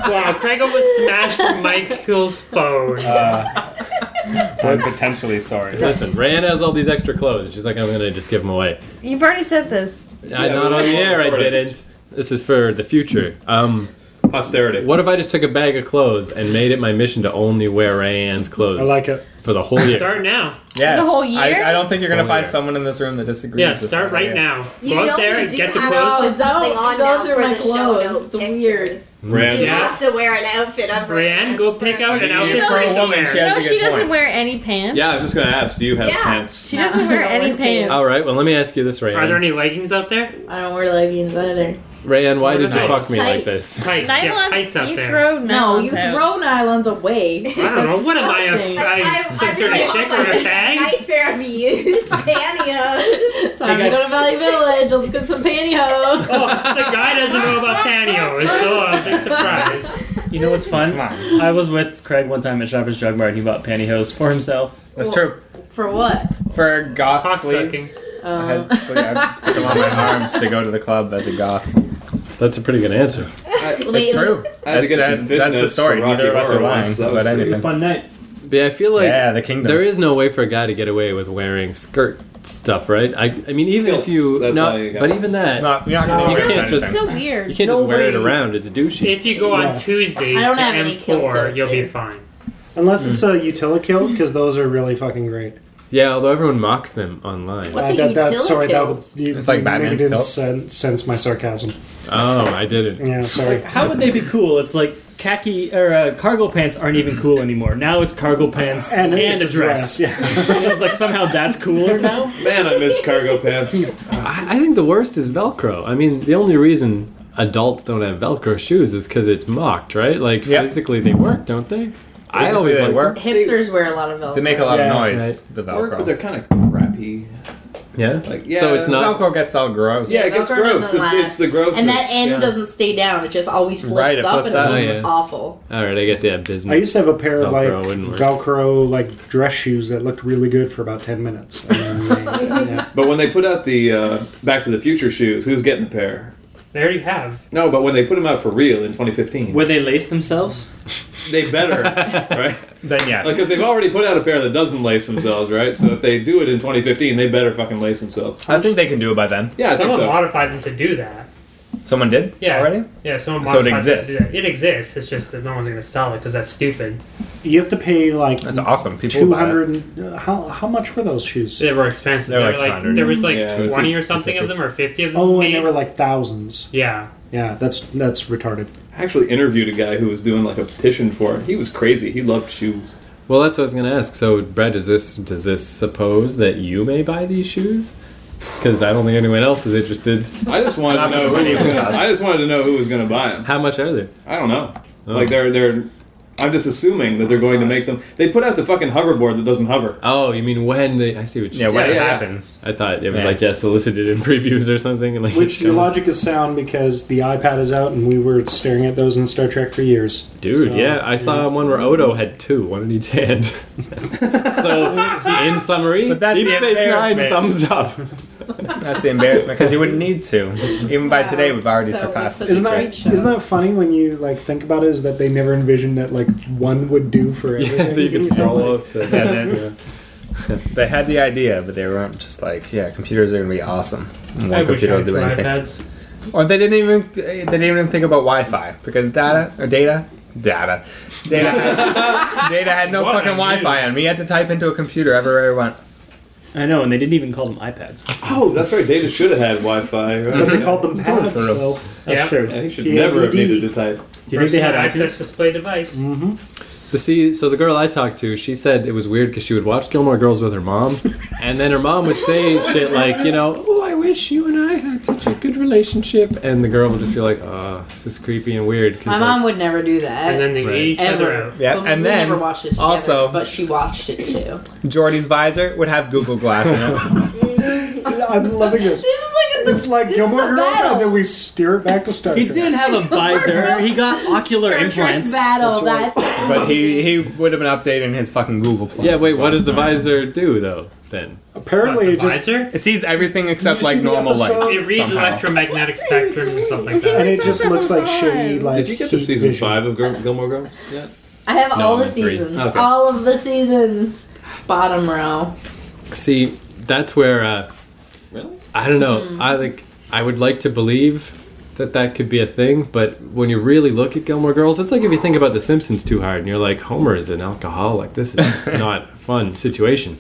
D: Wow, Craig almost smashed Michael's phone.
E: Uh,
F: I'm potentially sorry.
A: Listen, Rayanne has all these extra clothes, and she's like, "I'm going to just give them away."
G: You've already said this.
A: I, not on the air. I didn't. This is for the future. Um,
H: Posterity.
A: What if I just took a bag of clothes and made it my mission to only wear Rayanne's clothes?
E: I like it.
A: for the whole year.
D: Start now.
F: Yeah.
D: The whole year?
F: I, I don't think you're going to
A: Whole
F: find
A: year.
F: someone in this room that disagrees.
D: Yeah,
F: with
D: start
F: that
D: right
F: idea.
D: now.
K: You
D: Go
K: know
D: out there
K: you
D: and
K: do
D: get the
K: have
D: clothes.
C: Oh,
K: to put something Don't on go now through for my the show clothes. notes It's pictures.
D: Brand-
K: You
D: Yeah.
K: have to wear an outfit on
D: Brienne, go pick out an outfit
L: No,
D: for a
L: she-
D: woman.
L: no, she doesn't wear any pants.
A: Yeah, I was just gonna ask. Do you have
L: Yeah.
A: pants?
L: She doesn't wear any pants.
A: All right. Well, let me ask you this, Rayanne.
D: Are there any leggings out there?
C: I don't wear leggings either.
A: Rayanne, why
D: What
A: did you
D: about
A: fuck me
D: tights?
A: like this?
D: Tights. Yeah, tights out there.
C: no, you throw nylons away. I
D: don't know, what am I, a- I- some sort of chick or a fag?
C: Nice pair of [laughs] used pantyhose. Time
D: guys-
C: to go to Valley Village. Let's get some
D: [laughs]
C: pantyhose.
D: the guy doesn't know about pantyhose, so I was like surprised.
I: [laughs] You know what's fun? I was with Craig one time at Shoppers Drug Mart. and He bought pantyhose for himself.
F: That's true.
C: For what?
F: For goth
D: Cock
F: sleeves. I
C: Um,
F: had sleeve- I put them on my arms to go to the club as a goth.
A: That's a pretty good answer.
F: It's true.
H: I had
F: That's,
H: to get some
F: that, that's the
H: fitness
F: story.
H: from Rocky
F: Neither of us are
H: Horror
F: lying
H: once. That was
F: about
H: pretty
F: anything.
H: fun
I: night.
A: Yeah, I feel like
F: Yeah, the kingdom.
A: There is no way for a guy to get away with wearing skirt stuff, right? I, I mean, even if you,
H: That's
A: no,
H: all you got.
A: but even that,
F: Not- you're not
H: gonna
A: you
H: wear
A: can't
H: anything.
A: just
H: So
L: weird.
A: You can't
E: No
A: just wear it
E: way.
A: around. It's douchey.
D: If you go on
E: Yeah.
D: Tuesdays
C: I
D: to
C: don't have any kilts
D: M4,
C: out
D: you'll be
C: there.
D: fine.
E: Unless it's a
F: Mm.
E: utila kilt, because those are really fucking great.
A: Yeah, although everyone mocks them online.
C: What's a
E: that, that,
C: utila
E: sorry, that
C: kilt?
E: would, you,
F: It's like
E: you
F: Batman's
E: didn't
F: kilt.
E: sen- sense my sarcasm.
A: Oh, I didn't.
E: Yeah, sorry.
I: How would they be cool? It's like khaki or uh, cargo pants aren't even cool anymore. Now it's cargo pants and,
E: it's
I: a dress.
E: Yeah.
I: [laughs] it's like somehow that's cooler now.
H: Man, I miss cargo pants.
A: I, I think the worst is Velcro. I mean, the only reason adults don't have Velcro shoes is because it's mocked, right? Like
F: Yep.
A: physically, they work, don't they? I
F: Physically,
A: always
F: they
A: like
F: work.
C: Hipsters wear a lot of velcro.
F: They make a lot
E: Yeah,
F: of noise. The
H: Work, but
F: Velcro.
H: they're kind of crappy.
A: Yeah.
H: Like, yeah,
A: so it's not.
F: Velcro gets all gross.
H: Yeah, it gets
C: Velcro
H: gross.
C: doesn't
H: It's,
C: last.
H: it's the grossness.
C: and that end
H: yeah.
C: doesn't stay down. It just always flips
F: Right, it
C: up,
F: flips
C: and
A: up.
C: it looks
A: Oh, yeah.
C: awful.
A: All right, I guess yeah. Business. Oh.
E: I used to have a pair of like
A: Velcro wouldn't work.
E: Velcro like dress shoes that looked really good for about ten minutes. And then they- yeah.
H: But when they put out the uh, Back to the Future shoes, who's getting a pair?
D: They already have.
H: No, but when they put them out for real in 2015,
I: Where they lace themselves?
H: they
E: [laughs]
H: better, right?
F: Then yes.
H: Because they've already put out a pair that doesn't lace themselves, right? So if they do it in 2015, they better fucking lace themselves.
F: I think they can do it by then.
H: Yeah, I think
D: Someone
H: so.
D: modified them to do that.
F: Someone did
D: Yeah.
F: already.
D: Yeah, someone
F: So it
D: modified them
F: exists.
D: to do that. It exists. It's just that no one's going to sell it because that's stupid.
E: You have to pay like
F: That's awesome. People
E: two
F: will buy it.
E: hundred. uh, How how much were those shoes?
D: They were expensive.
F: They're
D: They were
F: like
D: like
F: 200.
D: there was like
H: Yeah, they're
D: twenty
H: too-
D: or something of them or fifty of them.
E: Oh, and
D: made.
E: they were like thousands.
D: yeah.
E: Yeah, that's that's retarded.
H: I actually interviewed a guy who was doing like a petition for it. He was crazy. He loved shoes.
A: Well, that's what I was going to ask. So, Brett, does this does this suppose that you may buy these shoes? Because I don't think anyone else is interested.
H: I just wanted to
F: Not
H: know
F: for
H: who
F: money,
H: was gonna.
F: it's
H: I just wanted to know who was gonna buy them.
A: How much are they?
H: I don't know.
F: Oh.
H: Like they're they're. I'm just assuming that they're going to make them. They put out the fucking hoverboard that doesn't hover.
A: Oh, you mean when they? I see what you.
F: Yeah,
A: said.
F: when
H: Yeah,
F: it
H: yeah, yeah.
F: happens.
A: I thought it was
F: Yeah.
A: like yeah, solicited in [laughs] previews or something, and like
E: Which
A: it's
E: your
A: coming.
E: logic is sound because the iPad is out and we were staring at those in Star Trek for years.
A: Dude,
E: So,
A: yeah, I saw one where Odo had two, one in each hand. [laughs] so, in summary,
F: But that's
A: Deep
F: the
A: Space Nine
F: embarrassment.
A: thumbs up.
F: That's the embarrassment because you wouldn't need to. Even by
C: Wow.
F: today, we've already
C: So
F: surpassed
C: it's
F: it.
E: Isn't that, isn't that funny when you like think about it? Is that they never envisioned that like one would do
A: [laughs]
E: for
A: yeah,
E: everything?
A: you can scroll up. To,
F: Yeah, they, they had the idea, but they weren't just like, yeah, computers are gonna be awesome. And
D: I
F: One
D: wish I
F: computer will
D: had two
F: do anything.
D: iPads.
F: Or they didn't even they didn't even think about Wi-Fi because data or data data data had, data had no
D: What
F: fucking
D: a news.
F: Wi-Fi on me. You had to type into a computer everywhere I went.
I: I know, and they didn't even call them iPads.
H: Oh, that's right. Data should have had Wi-Fi. Right?
E: But they called them pads, though.
I: That's
D: Yeah.
I: true.
H: Yeah, he should
E: PADD.
H: never have needed to type.
I: Do you think they had
D: access
I: access?
D: display device?
E: Mm-hmm.
A: But see, so the girl I talked to, she said it was weird because she would watch Gilmore Girls with her
E: [laughs]
A: mom, and then her mom would say shit like, you know, oh, I wish you and I had such a good relationship, and the girl would just be like, oh, this is creepy and weird. 'cause,
C: My
A: like,
C: mom would never do that.
D: And then they
A: Right.
D: ate each other
C: ever.
D: out.
F: Yeah,
C: But
F: and
C: we
F: then
C: never watched it together,
F: also-
C: but she watched it too.
F: Jordy's visor would have Google Glass in it.
E: I'm loving this.
C: [laughs] This is like a,
E: It's like
C: this is
E: Gilmore
C: a
E: Girls, and
C: battle.
E: then [laughs] we steer it back to Star
I: He
E: Trek.
I: didn't have a visor. He got ocular
C: Star Trek
I: implants.
C: battle. That's,
F: But he he would have been updating his fucking Google. Plus
A: Yeah, wait,
F: as
A: what
F: well.
A: does the visor do though? Then
E: Apparently, it just
D: Visor?
F: It sees everything
E: Did
F: except
E: you
F: like
E: see the
F: normal light.
E: episode?
D: It reads
F: somehow.
D: electromagnetic spectrums and stuff like
E: and
D: that.
E: it just looks like shitty. Like
H: Did you get to
E: heat
H: season
E: vision.
H: five of
C: Uh,
H: Gil- Gilmore Girls? Yeah.
C: I have all
F: I'm
C: the
F: at three.
C: seasons.
H: Okay.
C: All of the seasons. Bottom row.
A: see, that's where uh,
H: Really?
A: I don't know.
C: Hmm.
A: I like. I would like to believe that that could be a thing, but when you really look at Gilmore Girls, it's like if you think about The Simpsons too hard, and you're like, Homer is an alcoholic. This is not fun situation.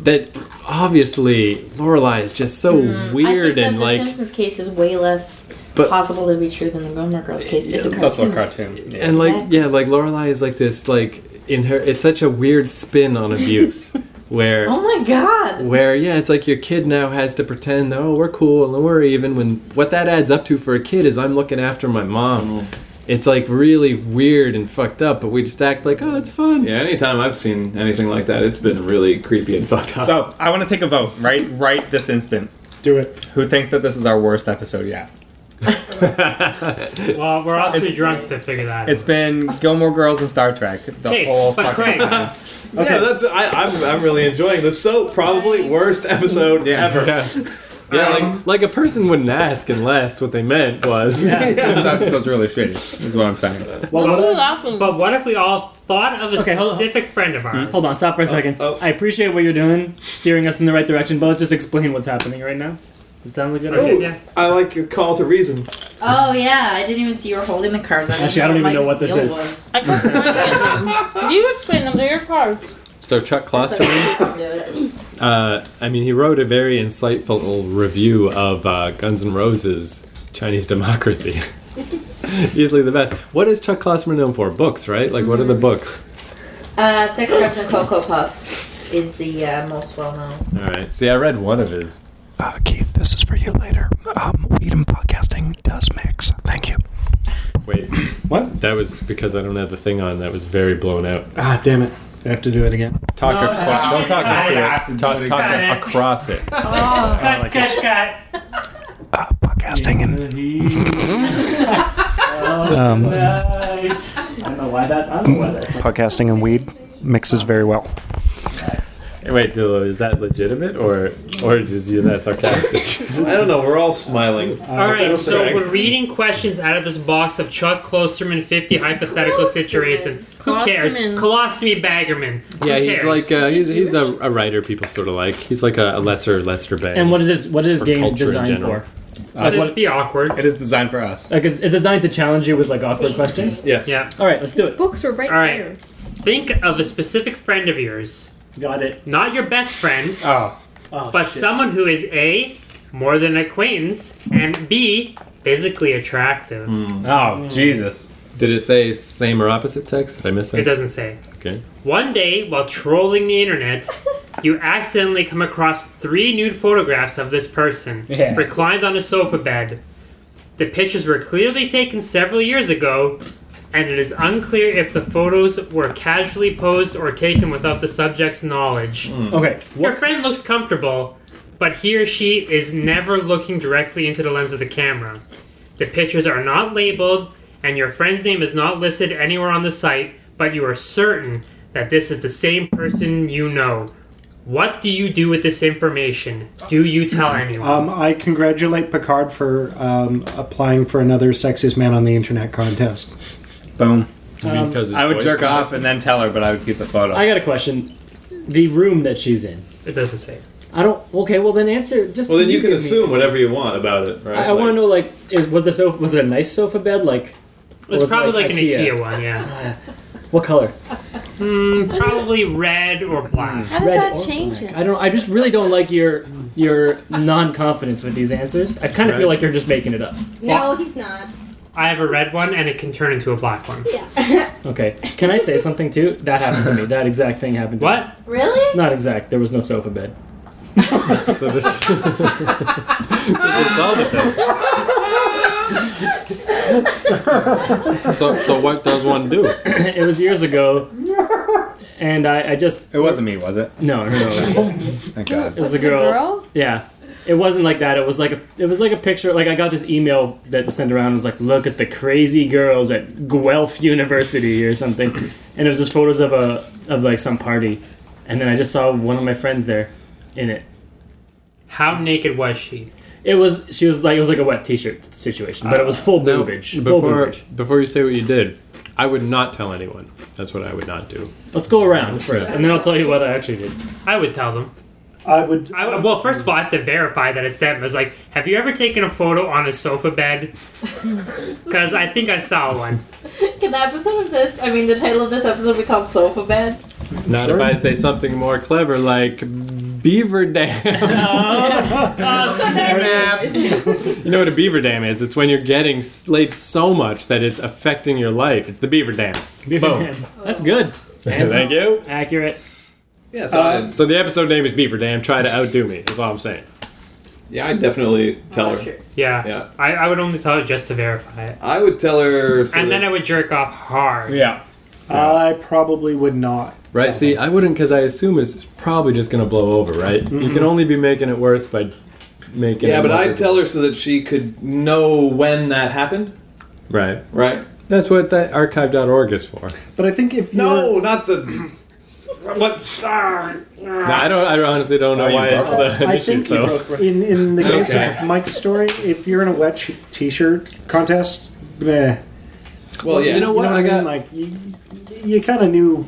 A: That obviously Lorelai is just so
C: Mm, I think
A: weird
C: that
A: and
C: the
A: like
C: Simpsons case is way less
A: But-
C: possible to be true than the Gilmore Girls case. it's a cartoon.
A: And like yeah, like Lorelai is like this like in her it's such a weird spin on
C: [laughs]
A: abuse where
C: oh my god,
A: where yeah, it's like your kid now has to pretend oh we're cool and we're even when what that adds up to for a kid is I'm looking after my mom.
C: Mm.
A: It's like really weird and fucked up, but we just act like oh it's fun.
H: Yeah, anytime I've seen anything like that, it's been really creepy and fucked up.
F: So I want to take a vote right right this instant.
E: Do it.
F: Who thinks that this is our worst episode yet?
D: Well, we're all too
F: It's-
D: drunk to figure that.
F: It's been Gilmore Girls and Star Trek the
D: Hey,
F: whole
D: but
F: fucking
D: Craig-
F: time.
H: Yeah, that's I, I'm I'm really enjoying this. So probably worst episode ever.
A: Yeah,
C: Um,
A: like like a person wouldn't ask unless what they meant was
F: Yeah. This episode's really shitty. Is what I'm saying.
D: but what if we all thought of a
I: Okay, hold on.
D: specific friend of ours?
I: Mm, Hold on, stop
H: Oh,
I: for a second. I appreciate what you're doing, steering us in the right direction, but let's just explain what's happening right now. Does that sound like a good idea?
H: Ooh, I like your call to reason.
C: Oh yeah, I didn't even see you were holding the cards.
I: Actually, I don't even know what this is.
L: I
C: [laughs]
L: couldn't You explain them. They're your cards.
A: So Chuck Klosterman,
C: Sorry.
A: uh, I mean, he wrote a very insightful review of uh, Guns N' Roses' Chinese Democracy. [laughs] Easily the best. What is Chuck Klosterman known for? Books, right? Like, what are the
E: Mm-hmm.
A: books?
C: Uh, Sex, drugs, and Cocoa Puffs is the uh, most well known.
A: All right. See, I read one of his.
M: [laughs] Uh, Keith, this is for you later. Um, weed and podcasting does mix. Thank you.
A: Wait,
E: what?
A: That was because I don't have the thing on. That was very blown out.
E: Ah, damn it. I have to do it again.
A: Talk
E: No,
A: across.
E: no,
A: don't talk
E: cut
A: up
E: it.
A: to it. Oh, Talk, talk
E: Cut it.
A: across [laughs] it.
D: cut,
A: like
D: cut, cut.
M: Podcasting and
E: Um,
I: Right. I don't know why that. I don't know why that.
E: podcasting and weed mixes very well.
A: Hey, Wait, Dilo, is that legitimate or or is you that sarcastic?
H: I don't know. We're all smiling.
D: Uh, All right, so we're reading questions out of this box of Chuck Klosterman 50 hypothetical situation. Who cares?
L: Klosterman.
D: Colostomy Baggerman. Who
A: Yeah, he's
D: cares?
A: like uh, he's, he's a, a writer. People sort of like he's like a, a lesser Lester Bang.
I: And what is this? What is
A: For
I: this game
A: culture in
I: designed
A: general.
I: for?
H: Uh,
A: Let it
D: be awkward.
F: It is designed for us.
I: Like, it's, it's designed to challenge you with like awkward questions.
H: Yes.
D: Yeah.
I: All right, let's do it.
L: Books were right
D: All right.
L: there.
D: Think of a specific friend of yours.
I: Got it.
D: Not your best friend.
F: Oh.
D: but someone who is A, more than an acquaintance, and B, physically attractive.
A: Hmm.
I: Hmm.
F: Oh, Jesus.
A: Did it say same or opposite sex? Did I miss that?
D: It doesn't say.
A: Okay.
D: One day, while trolling the
I: [laughs]
D: internet, you accidentally come across three nude photographs of this person
I: Yeah.
D: reclined on a sofa bed. The pictures were clearly taken several years ago, and it is unclear if the photos were casually posed or taken without the subject's knowledge.
I: Okay.
D: Your friend looks comfortable, but he or she is never looking directly into the lens of the camera. The pictures are not labeled, and your friend's name is not listed anywhere on the site, but you are certain that this is the same person you know. What do you do with this information? Do you tell anyone?
E: Um, I congratulate Picard for um, applying for another Sexiest Man on the Internet contest.
F: Boom.
I: You mean 'cause his
F: I would
I: voice [laughs]
E: [laughs]
F: jerk
I: is
F: off
I: sexy?
F: and then tell her, but I would keep the photo.
I: Um, I got a question. The room that she's in.
D: It doesn't say.
I: I don't. Okay, well then answer. Just
H: Well, then you can
I: give me
H: assume
I: an
H: whatever you want about it, right?
I: I, I want to know like is was the sofa was it a nice sofa bed like?
D: It's
I: was it,
D: probably like, an IKEA, one, yeah.
I: What color?
D: Hmm, probably red or black.
L: How does
I: Red
L: that
I: or
L: change it?
I: I don't. I just really don't like your your non confidence with these answers. I kind of feel
D: Right.
I: like you're just making it up.
K: No, he's not.
D: I have a red one, and it can turn into a black one.
I: [laughs] Okay. Can I say something too? That happened to me. That exact thing happened. To
D: What?
L: [laughs]
I: Really? [laughs] Not exact. There was no sofa
D: [laughs]
I: bed.
A: so this, this is solved it then. so, so what does one do?
I: [coughs] it was years ago, and I, I just.
F: It wasn't me, was it?
I: No, no, no.
F: [laughs] Thank God.
I: It was a girl. Yeah. It wasn't like that. It was like a it was like a picture. Like I got this email that was sent around. It was like, look at the crazy girls at Guelph University or something. And it was just photos of a of like some party. And then I just saw one of my friends there in it.
D: How naked was she?
I: It was she was like it was like a wet t shirt situation. But it was full
A: Now,
I: boobage. Full
A: Before,
I: boobage.
A: before you say what you did, I would not tell anyone. That's what I would not do.
I: Let's go around first, and then I'll tell you what I actually did.
D: I would tell them.
E: I would.
D: well, first of all, I have to verify that it's them. I was like, have you ever taken a photo on a sofa bed? Because I think I saw one.
C: Can the episode of this, I mean, the title of this episode be called Sofa Bed?
A: Not if I say something more clever like beaver dam. you know what a beaver dam is? It's when you're getting slayed so much that it's affecting your life. It's the beaver dam.
B: Beaver
A: Boom.
B: dam.
I: [laughs]
B: That's good.
A: [laughs] Thank you.
B: Accurate.
H: Yeah,
A: So,
I: Uh,
A: Uh, so the episode name is Beaver Dam. Try to outdo me. That's all I'm saying.
H: Yeah, I definitely tell her.
D: Yeah.
H: Yeah.
D: I, I would only tell her just to verify it.
H: I would tell her. So
D: and
H: that- Uh,
D: then I would jerk off hard.
H: Yeah.
E: I probably would not.
A: Right? See, I wouldn't because I assume it's probably just going to blow over, right? You
H: Mhm.
A: can only be making it worse by making
H: yeah,
A: it
H: but
A: more
H: I'd
A: visible.
H: tell her so that she could know when that happened.
A: Right.
H: Right.
A: That's what that archive.org is for.
E: But I think if
H: no, not [clears throat] the what star.
A: No, I don't. I honestly don't know
H: Oh, you
A: why it's
H: broke.
A: uh, an
E: I
A: issue.
E: think
A: So
E: in in the case
A: Okay.
E: of Mike's story, if you're in a wet sh- t-shirt contest, meh.
H: Well, yeah.
E: you know what, I,
H: got-
E: mean? Like you, you kind of knew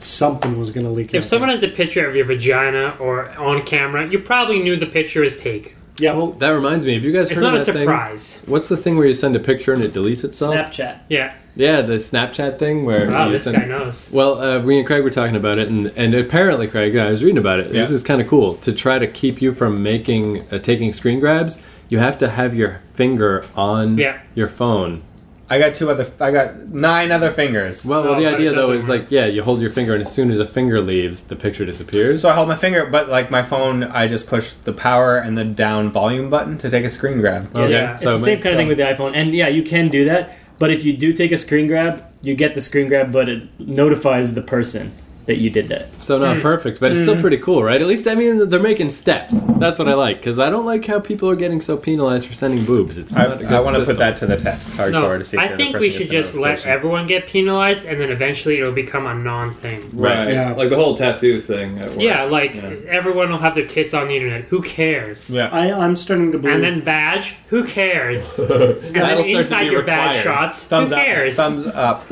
E: something was going to leak.
D: If
E: out.
D: someone has a picture of your vagina or on camera, you probably knew the picture is taken.
E: Yeah.
A: Oh, that reminds me. Have you guys
D: It's
A: heard
D: not
A: of
D: a
A: that thing?
D: surprise.
A: What's the thing where you send a picture and it deletes itself?
I: Snapchat.
D: Yeah.
A: Yeah, the Snapchat thing where
D: Wow,
A: you
D: this
A: send-
D: guy knows.
A: Well, uh, we and Craig were talking about it, and, and apparently, Craig, I was reading about it. This
D: Yeah.
A: is kind of cool to try to keep you from making uh, taking screen grabs. You have to have your finger on
F: Yeah.
A: your phone.
F: I got two other. I got nine other fingers.
A: Well, well, the idea though is like, yeah, you hold your finger, and as soon as a finger leaves, the picture disappears.
F: So I hold my finger, but like my phone, I just push the power and the down volume button to take a screen grab.
A: Okay.
B: Yeah, it's the same kind of thing with the iPhone, and yeah, you can do that. But if you do take a screen grab, you get the screen grab, but it notifies the person that you did that.
A: So
D: Mm.
A: not perfect, but it's still pretty cool, right? At least I mean they're making steps. That's what I like because I don't like how people are getting so penalized for sending boobs. It's
F: I-
A: not a good
F: I wanna put
A: system.
F: that to the test hardcore
D: No, I think we should just let everyone get penalized, and then eventually it'll become a non-thing.
H: Right. Like the whole tattoo thing. at work.
D: Yeah, like uh, everyone will have their tits on the internet. Who cares?
H: Yeah.
E: I, I'm starting to believe.
D: And then badge. Who cares? and then
E: That'll start to
D: inside
E: be
D: your badge
E: required.
D: shots.
E: Thumbs
D: who
E: up,
D: cares?
E: thumbs
F: up.
E: [laughs]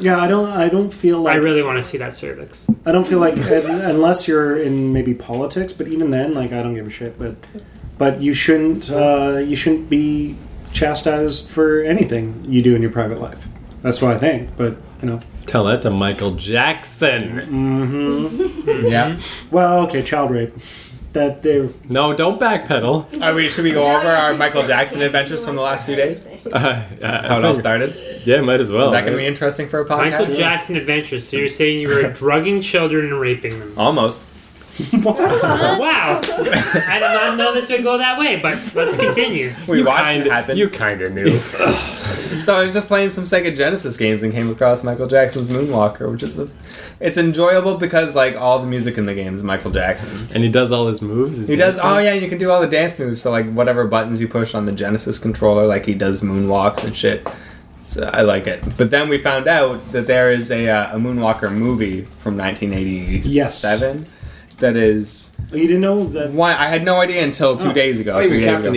E: yeah, I don't. I don't feel
D: I
E: like.
D: really want to see that cervix.
E: I don't feel like un- unless you're in maybe politics, but even then, like I don't give a shit. But but you shouldn't uh, you shouldn't be chastised for anything you do in your private life. That's what I think. But you know,
A: Tell that to Michael Jackson.
E: mm-hmm.
D: [laughs]
F: Yeah.
E: Well, okay, child rape. That they
A: No, don't backpedal. [laughs]
F: Are we? Should we go over our Michael Jackson adventures from the last few days? How it all started?
A: Uh, Yeah, might as well.
F: Is that going to
A: right?
F: be interesting for a podcast?
D: Michael Jackson adventures. So you're saying [laughs] you
F: [laughs]
D: were drugging children and raping them?
F: Almost.
D: wow! I did not know this would go that way, but let's continue.
F: We watched it happen. You
A: kind of knew.
F: so I was just playing some Sega Genesis games and came across Michael Jackson's Moonwalker, which is a, it's enjoyable because like all the music in the game is Michael Jackson.
A: And he does all his moves. His
F: He does.
A: dance
F: Oh
A: moves?
F: yeah, you can do all the dance moves. So like whatever buttons you push on the Genesis controller, like he does moonwalks and shit. So I like it. But then we found out that there is a, uh, a Moonwalker movie from 1987 that is.
E: You didn't know that?
F: Why I had no idea until two
A: Oh.
F: days ago.
A: Oh, you
F: three
A: mean
F: days
A: Captain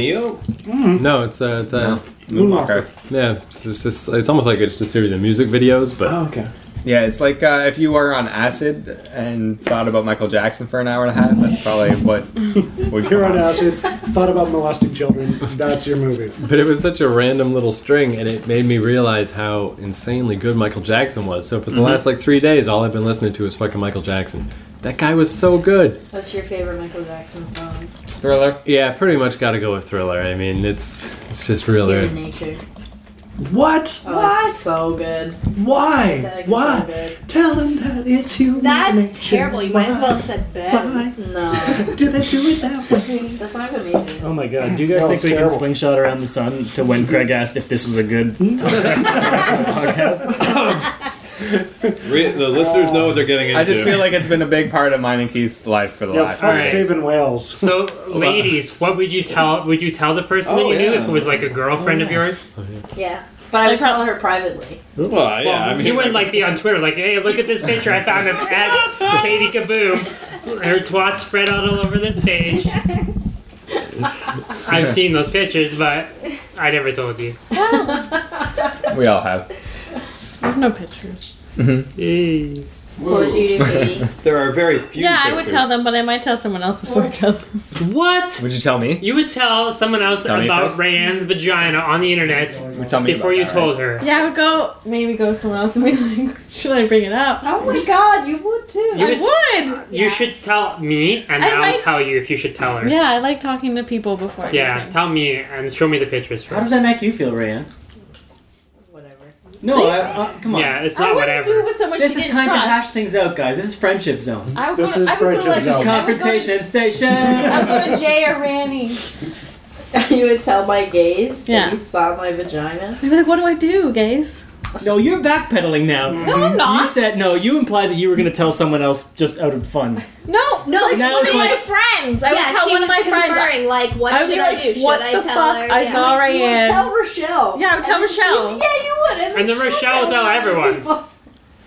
F: ago.
A: No, it's uh, it's uh,
F: No. Moonwalker.
A: Yeah, it's, it's, just, it's almost like it's just a series of music videos, but
F: okay. Yeah, it's like uh, if you were on acid and thought about Michael Jackson for an hour and a half. That's probably
E: [laughs]
F: what we
E: you're on acid, thought about molesting children. That's your movie.
A: But it was such a random little string, and it made me realize how insanely good Michael Jackson was. So for the
C: Mhm.
A: last like three days, all I've been listening to is fucking Michael Jackson. That guy was so good.
C: What's your favorite Michael Jackson song?
F: Thriller.
A: Yeah, pretty much got to go with Thriller. I mean, it's it's just really.
C: Human Nature.
E: What?
C: Oh, what? So good.
E: Why? Why? Tell them that it's human
K: That's
E: nature.
K: terrible. You might as well have
E: Why?
K: said
E: Why?
K: Ben. No.
E: [laughs] Do they do it that way?
K: That song's amazing.
B: Oh my god! Do you guys
E: No,
B: think
E: it's
B: we
E: terrible.
B: can slingshot around the sun to when Craig asked if this was a good
D: Mm.
B: podcast?
H: Re- the listeners know what they're getting into.
F: I just feel
H: [laughs]
F: like it's been a big part of mine and Keith's life for the
E: Yeah,
F: last.
E: fuck saving whales.
F: [laughs]
D: So, ladies, what would you tell? Would you tell [laughs] the person that
H: Oh,
D: you knew
H: yeah.
D: if it was like a girlfriend of
H: Oh,
D: yours?
K: Yeah.
C: [laughs] But I would tell her privately.
H: Well, Uh, yeah, I mean,
D: you wouldn't like be on Twitter like, "Hey, look
H: [laughs]
D: at this picture I found of at Katie Kaboom, her twat spread out all over this
H: [laughs]
D: page." I've seen those pictures, but I never told you.
F: We all have.
L: I have no pictures.
F: Mhm.
D: Yay.
K: What would you do,
D: [laughs]
K: Katie?
H: there are very few.
L: yeah, I would
H: pictures.
L: tell them, but I might tell someone else before I tell them.
D: What?
F: Would you tell me?
D: You would tell someone else
F: Tell me
D: about
F: first.
D: Rayanne's vagina on the internet
F: tell me
D: before
F: about
D: you
F: that,
D: told her.
L: Yeah, I would go, maybe go to someone else and be [laughs] like, should I bring it up?
K: Oh my god, you would too.
D: You
L: I would!
D: You should tell me, and
L: I
D: I'll
L: like-
D: tell you if you should tell her.
L: Yeah, I like talking to people before. I do
D: Yeah,
L: things.
D: tell me and show me the pictures first.
I: How does that make you feel, Rayanne? Whatever. No, I, I, come on.
D: Yeah, it's not I wouldn't whatever. do it with
L: someone
I: this
L: she
I: is
L: didn't
I: time
L: trust.
I: to hash things out, guys. This is friendship zone.
L: I would This go to- is I would go friendship like-
I: This is
L: zone. I would go to-
I: confrontation station.
L: I'm going to Jay or [laughs] Randy.
C: you would tell my gaze that
L: Yeah.
C: you saw my vagina.
L: They'd be like, what do I do, gays?
I: No, you're backpedaling now.
L: No, I'm not.
I: You said no. You implied that you were going to tell someone else just out of fun.
L: No,
K: No,
L: like
K: she
L: one of
K: was
L: my
K: like-
L: friends. I
K: Yeah,
L: would tell
K: she
L: one
K: was
L: of my friends.
K: conferring, like, what
L: I would be
K: should I
L: like,
K: do? Should
L: What
K: I
L: the
K: tell
L: fuck?
K: her?
L: I
K: Yeah.
L: saw
K: You would
L: Ryan.
K: tell
C: Rochelle.
L: Yeah, I would tell Rochelle.
C: Yeah, you would.
I: And then Rochelle will tell everyone.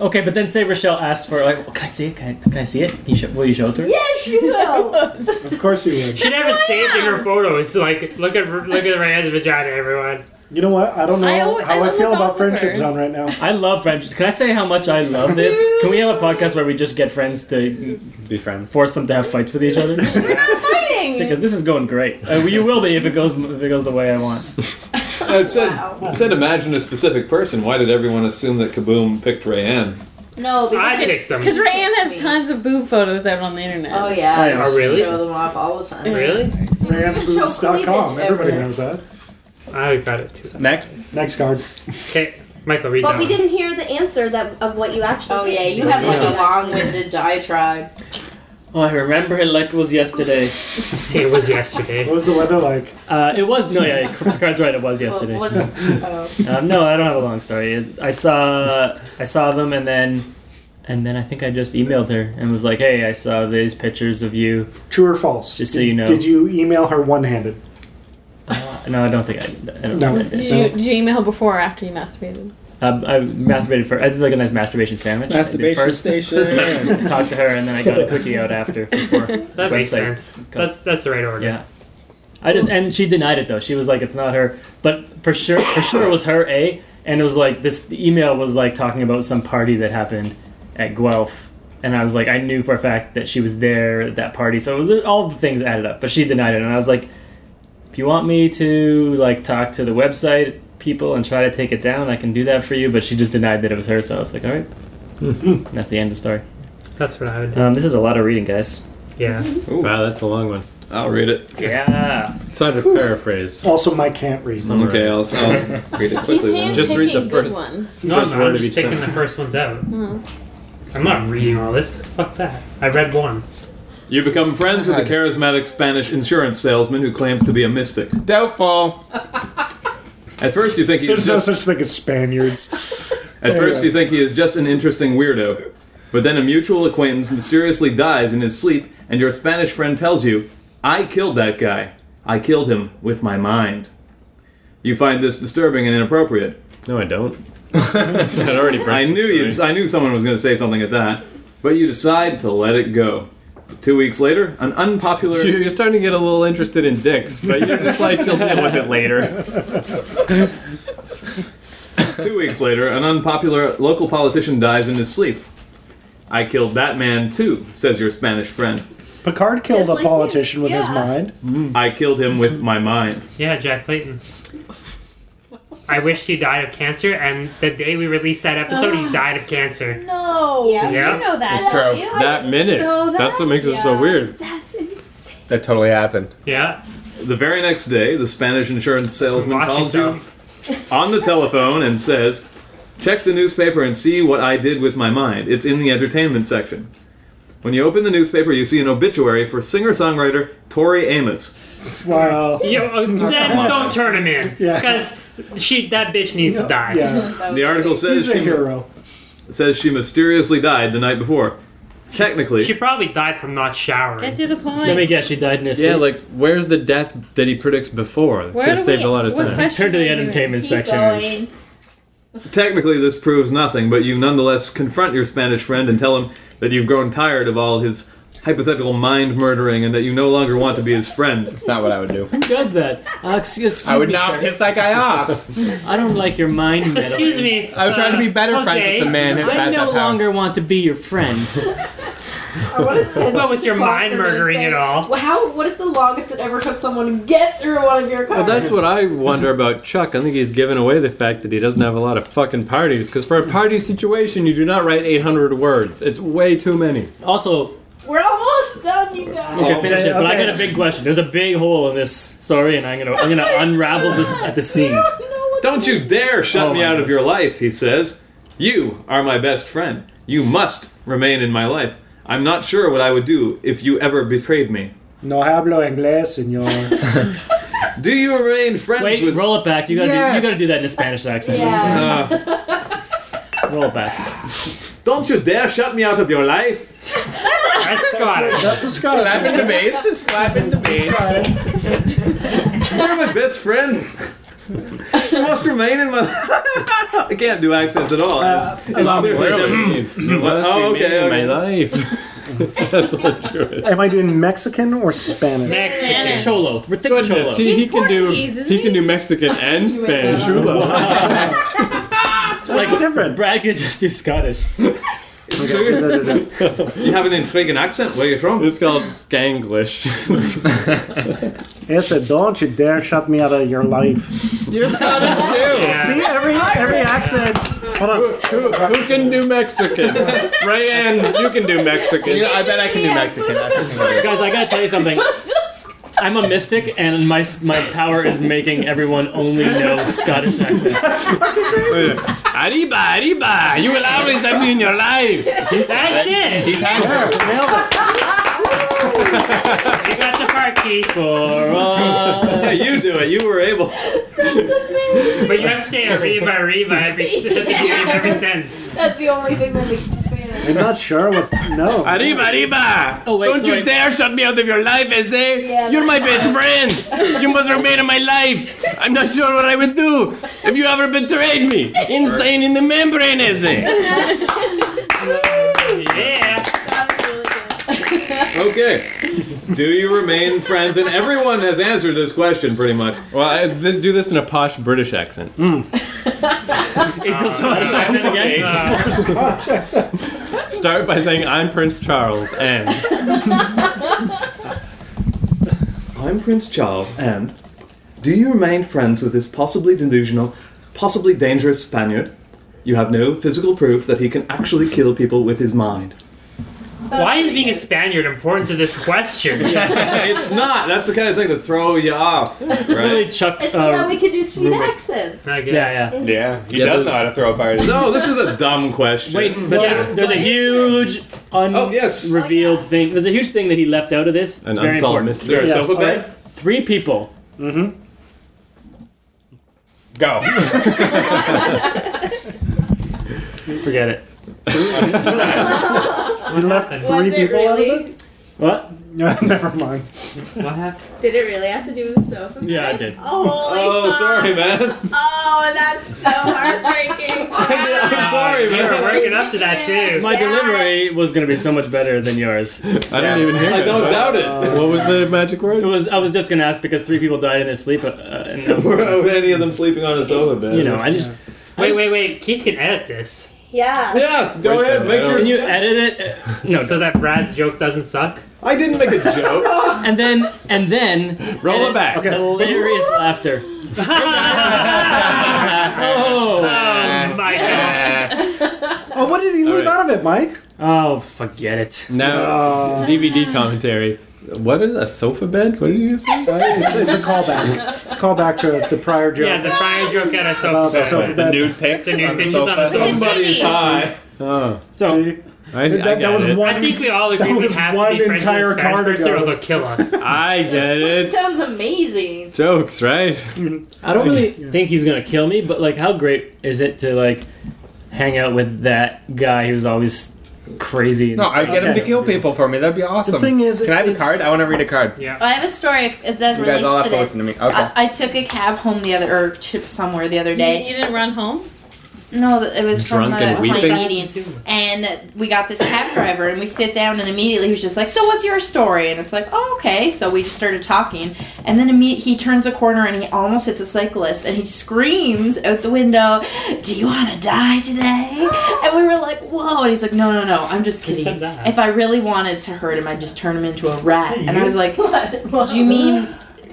I: Okay, but then say Rochelle asks for like, can I see it? Can I, can I see it? You show, will you show it to her?
C: Yes,
K: [laughs]
C: you will.
I: Of course you would.
D: She'd have it saved in her photos. Like, look at look at Rayanne's vagina, everyone.
E: You know what? I don't know
D: I always-
E: how
D: I
E: I,
D: love
E: feel
D: the
E: about friendship
D: gossiper.
E: zone right now.
I: I love friendships. Can I say how much I love this? Can we have a podcast where we just get friends to
F: be friends,
I: force them to have fights with each
D: [laughs]
I: other? [laughs]
L: fighting.
I: because this is going great. Uh, you will be if it goes if it goes the way I want.
H: No, it said, it said imagine a specific person. Why did everyone assume that Kaboom picked Rayanne?
L: No,
H: I because- picked them.
L: Because Rayanne has tons of boob photos out on the internet.
C: Oh yeah.
H: Oh, yeah. Oh, really?
C: Show them off all the time.
D: Really?
E: Rayantheboobs.com. Everybody knows that.
D: I got it too.
F: Next.
E: Next card.
D: Okay, Michael, read
K: But
D: that
K: we
D: one.
K: didn't hear the answer that of what you actually.
C: Oh yeah, you have like a long-winded diatribe.
I: Oh, I remember it like it was yesterday.
D: it was yesterday.
E: What was the weather like?
I: Uh, it was no, yeah, Card's right. It was yesterday.
E: what- uh,
I: um, no, I don't have a long story. It- I saw I saw them, and then and then I think I just emailed her and was like, "Hey, I saw these pictures of you."
E: True or false?
I: Just so you know.
E: Did you email her one-handed?
I: No, I don't think I. did that. I don't
E: No.
I: think I
L: Did
I: did.
L: you, did you email before or after you masturbated?
I: Um, I masturbated for. I did like a nice masturbation sandwich. I did
F: Masturbation
I: first, [laughs]
F: station.
I: talked to her, and then I got a cookie out
F: [laughs]
I: after. Before
D: That makes
I: website
D: sense.
I: got-
D: That's that's the right order.
I: Yeah. I just and she denied it though. She was like, "It's not her," but for sure, for sure, it was her. A and it was like this the email was like talking about some party that happened at Guelph, and I was like, I knew for a fact that she was there at that party, so it was, all the things added up. But she denied it, and I was like, if you want me to like talk to the website people and try to take it down, I can do that for you. But she just denied that it was her, so I was like, all right,
H: Hmm.
I: and that's the end of the story.
D: That's what I would do.
I: Um, this is a lot of reading, guys.
D: Yeah.
A: Wow, that's a long one.
H: I'll read it.
I: Yeah.
A: So I had to paraphrase.
E: Also, Mike can't read.
A: Okay, I'll-
H: I'll read it
A: Just read the first.
D: No,
A: first
D: I'm,
A: word
D: I'm
A: of each
D: just taking the
A: sentence.
D: first ones out.
H: Mm-hmm.
D: I'm not reading all this. Fuck that. I read one.
H: You become friends with a charismatic Spanish insurance salesman who claims to be a mystic.
F: Doubtful.
H: At first, you think he's
E: There's no
H: just.
E: such thing as Spaniards.
H: At first, you think he is just an interesting weirdo, but then a mutual acquaintance mysteriously dies in his sleep, and your Spanish friend tells you, "I killed that guy. I killed him with my mind." You find this disturbing and inappropriate.
A: No, I don't. That already
H: I
A: breaks
H: knew you. I knew someone was going to say something at that, but you decide to let it go. Two weeks later, an unpopular.
A: You're you're starting to get a little interested in dicks, but you're just like, you'll deal with it later.
H: Two weeks later, an unpopular local politician dies in his sleep. I killed that man too, says your Spanish friend.
E: Picard killed a politician with his mind.
A: Mm.
H: I killed him with my mind.
D: Yeah, Jack Clayton. I wish he died of cancer, and the day we released that episode,
H: Ah.
D: he died of cancer.
C: No.
D: Yeah, you Yeah. know that. It's true. Yeah, I
A: That minute.
D: know that.
A: That's what makes it so weird.
C: That's insane.
F: That totally happened.
D: Yeah.
H: The very next day, the Spanish insurance salesman
D: Watch
H: calls you on the telephone and says, Check the newspaper and see what I did with my mind. It's in the entertainment section. When you open the newspaper, you see an obituary for singer songwriter Tori Amos.
E: Wow.
D: You, uh,
H: come
D: then
H: on.
D: don't turn him in.
H: Yeah.
D: Because she, that bitch needs to die. [laughs]
H: The article says she, says she mysteriously died the night before. Technically,
D: She probably died from not showering.
L: Get to the point.
I: guess, she died in his
A: Yeah, like, where's the death that he predicts before?
L: Where
A: Could
L: do
A: have saved
L: we-
A: a lot of
L: what
A: time.
L: section Turn to the are we doing? entertainment Keep section. going.
H: Technically, this proves nothing, but you nonetheless confront your Spanish friend and tell him that you've grown tired of all his hypothetical mind murdering and that you no longer want to be his friend. That's
F: not what I would do.
I: Who does that? Uh, excuse, excuse
F: I would
I: me,
F: not
I: sir.
F: piss that guy off.
I: I don't like your
D: [laughs]
I: mind.
F: Excuse
I: me.
F: I'm trying
D: uh,
F: to be better friends with the man who
I: I
F: had
I: no
F: that power.
I: longer want to be
D: [laughs]
I: your friend.
C: I want to send
D: Well, with your mind
C: across the room
D: murdering
C: saying,
D: it all.
C: Well, how? What is the longest it ever took someone to get through one of your cars?
A: Well, that's what I wonder about Chuck. I think he's given away the fact that he doesn't have a lot of fucking parties. Because for a party situation, you do not write 800 words. It's way too many.
I: Also,
C: We're almost done, you guys.
I: Oh, Okay, finish it. But I got a big question. There's a big hole in this story, and I'm gonna I'm
C: [laughs]
I: gonna unravel this at the seams.
H: Don't you dare shut
I: Oh
H: me
I: my
H: out of your life, he says. You are my best friend. You must remain in my life. I'm not sure what I would do if you ever betrayed me.
E: No hablo inglés, señor.
H: Do you remain friends
I: Wait,
H: with
I: roll it back. You gotta
H: Yes.
I: do, you gotta do that in a Spanish accent. roll it back.
H: Don't you dare shut me out of your life.
E: [laughs]
D: That's Scottish.
E: That's a Scottish.
F: Slap in the base. Slap in the base.
H: You're my best
A: [laughs]
H: friend. You must remain in my. [laughs] I can't do accents at all. It's, it's
A: allow me
H: clearly
A: really.
H: never-
A: You must
H: oh,
A: remain
H: okay.
A: in my
H: okay.
A: life. That's what sure is.
E: Am I doing Mexican or Spanish?
I: Mexican. Cholo. We're thick
A: Goodness,
I: cholo.
A: he, he can do
I: Portuguese, isn't
A: he can do
E: [laughs]
A: Mexican and Spanish. Ooh, la.
I: Like different. Brad could just do Scottish.
H: It's true. you have an intriguing accent. Where you from?
A: It's called Skanglish.
E: It's a don't you dare shut me out of your life.
F: You're Scottish too.
E: See every every accent. Hold on.
A: who, who can do Mexican? Rayanne, you can do Mexican.
F: You- I bet I can do Mexican. I can do it.
I: Guys, I gotta tell you
C: [laughs]
I: something. I'm a mystic, and my my power is making everyone only know Scottish accents.
A: Arriba, arriba! You will always have me in your life.
D: That's it.
F: He has it.
D: You got the part, Keith.
I: For
H: [laughs]
I: all-
H: Yeah, you do it. You were able.
D: But you have to
H: [laughs]
D: say arriba, arriba every, s- at the beginning of every sentence.
C: That's the only thing that makes it Spanish.
E: I'm not sure what. No.
A: Arriba, arriba!
I: Oh, wait,
A: Don't
I: sorry.
A: you dare shut me out of your life, Eze!
C: Yeah,
A: You're my best friend! You must remain in my life! I'm not sure what I would do if you ever betrayed me! Insane in the membrane, Eze!
D: Yeah.
H: Okay. Do you remain friends? And everyone has answered this question pretty much.
A: Well, I, this, do this in a posh British accent.
H: Hmm.
I: It does Scottish accent again.
D: Uh,
A: Start by saying, I'm Prince Charles, and.
E: [laughs]
H: I'm Prince Charles, and do you remain friends with this possibly delusional, possibly dangerous Spaniard? You have no physical proof that he can actually kill people with his
I: [laughs]
H: mind.
D: why is being a Spaniard important to this question?
H: it's not. That's the kind of thing that throw you off,
I: Really,
H: right?
I: Chuck.
C: It's so that
I: Uh,
C: we can do sweet accents.
D: I guess.
K: [laughs]
I: yeah, yeah.
F: Yeah, he
A: Yeah,
F: does
A: those-
F: know how to throw a party.
H: No, this is a dumb question.
I: Wait, but
D: yeah.
I: there's a huge
H: Oh,
I: unrevealed
H: yes.
I: thing. There's a huge thing that he left out of this. It's
A: An
I: very
A: unsolved
I: important.
H: is there
A: mystery.
H: a Mm-hmm.
E: Yes.
H: sofa bed?
I: Three people.
H: [laughs]
F: Go.
I: Forget
H: [laughs]
I: it.
E: We left
C: Was
E: three
C: it
E: people out of
C: really?
E: it.
I: What?
E: No, [laughs] never mind.
I: What happened?
K: Did it really have to do with the sofa?
I: Yeah, I did.
K: Oh, holy
H: Oh,
K: fuck.
H: sorry, man.
K: Oh, that's so
C: [laughs]
K: heartbreaking.
H: I'm sorry,
D: You were
H: man.
D: working up to that too.
I: My delivery was gonna be so much better than yours. It
A: [laughs] I didn't even hear
H: I
A: it.
H: don't doubt it.
A: What was the magic word?
I: was. I was just gonna ask because three people died in their sleep, uh, uh, and that
H: [laughs]
I: was,
H: Were any of them sleeping on a sofa bed?
I: you know, I just.
D: Wait, wait, wait. Keith can edit this
K: Yeah.
H: Yeah, go
A: Right
H: ahead.
A: there,
H: Make
A: I
H: your.
I: Can you edit it? No.
D: so that Brad's joke doesn't suck.
H: I didn't make a joke.
I: [laughs] and then and then
A: Roll it back.
I: hilarious laughter.
N: [laughs]
I: oh.
D: [laughs] Oh my god.
E: Oh, what did he leave
A: right.
E: out of it, Mike? Oh.
I: Oh, forget it.
A: Now, DVD commentary. What is a sofa bed? What did you say?
E: Uh, It's, it's a callback. It's a callback to the prior joke.
D: Yeah, the fire joke at us
E: about the
D: so
E: sofa
A: The
E: bed.
A: nude pics
D: The nude
A: on the
D: pictures on the
A: sofa.
D: sofa.
H: Somebody's high.
A: Oh,
E: So,
A: I, I
E: that,
A: get
E: that was
A: it.
E: one.
D: I think we all agree
E: That
D: we
E: was
D: have to
E: one
D: be friends
E: entire
D: with
E: car
D: Spanish
E: to
D: person
E: go.
D: or they'll kill us.
A: I get
C: That
A: it.
C: sounds amazing.
A: Jokes, right?
I: I don't really think he's gonna kill me, but like, how great is it to like hang out with that guy who's always crazy? And
F: No, I get him to kill people for me. That'd be awesome.
E: thing is,
F: can I have a
E: it's-
F: card? I want to read a card.
D: Yeah.
L: I have a story if- if that
F: You
L: relates
F: guys all have
L: to
F: to
L: this.
F: listen
C: Uh,
F: to me. Okay.
L: I, I took a cab home the other, or to somewhere the other
O: You,
L: day.
O: you didn't run home?
C: No, th- it was
A: Drunk
C: from uh, a
A: and weeping?
C: comedian, and we got this cab driver, and we sit down, and immediately he was just like, "So what's your story?" And it's like, "Oh, okay." So we just started talking, and then imme- he turns a corner, and he almost hits a cyclist, and he screams out the window, "Do you want to die today?" And we were like, "Whoa!" And he's like, "No, no, no, I'm just kidding.
G: said that?
C: If I really wanted to hurt him, I'd just turn him into a rat."
G: Hey,
C: And I
G: you- [laughs]
C: was like, "Do you mean?"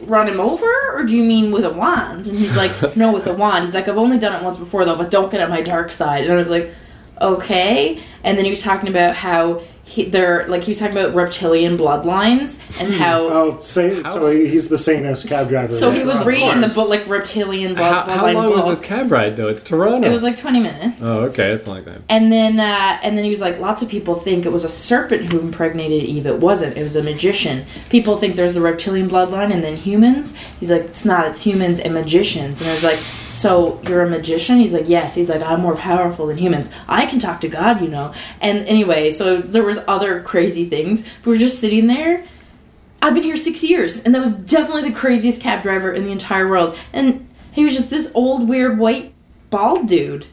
C: run him over or do you mean with a wand and he's like no with a wand he's like i've only done it once before though but don't get on my dark side and i was like okay and then he was talking about how he, they're like he was talking about reptilian bloodlines
A: Hmm.
C: and how
E: oh, say, so he's the Sanos cab driver.
C: so he was
E: Of
C: reading the
E: course.
C: book like reptilian
A: How,
C: blood,
A: how
C: bloodline
A: long was
C: book.
A: this cab ride though? It's Toronto.
C: it was like 20 minutes
A: Oh, okay, it's like that.
C: and then, uh, and then he was like, lots of people think it was a serpent who impregnated Eve. It wasn't. It was a magician. People think there's the reptilian bloodline and then humans. He's like, it's not. It's humans and magicians. And I was like, so you're a magician? He's like, yes. He's like, I'm more powerful than humans. I can talk to God, you know. And anyway, so there was other crazy things. We were just sitting there. I've been here six years, and that was definitely the craziest cab driver in the entire world. And he was just this old, weird, white, bald dude.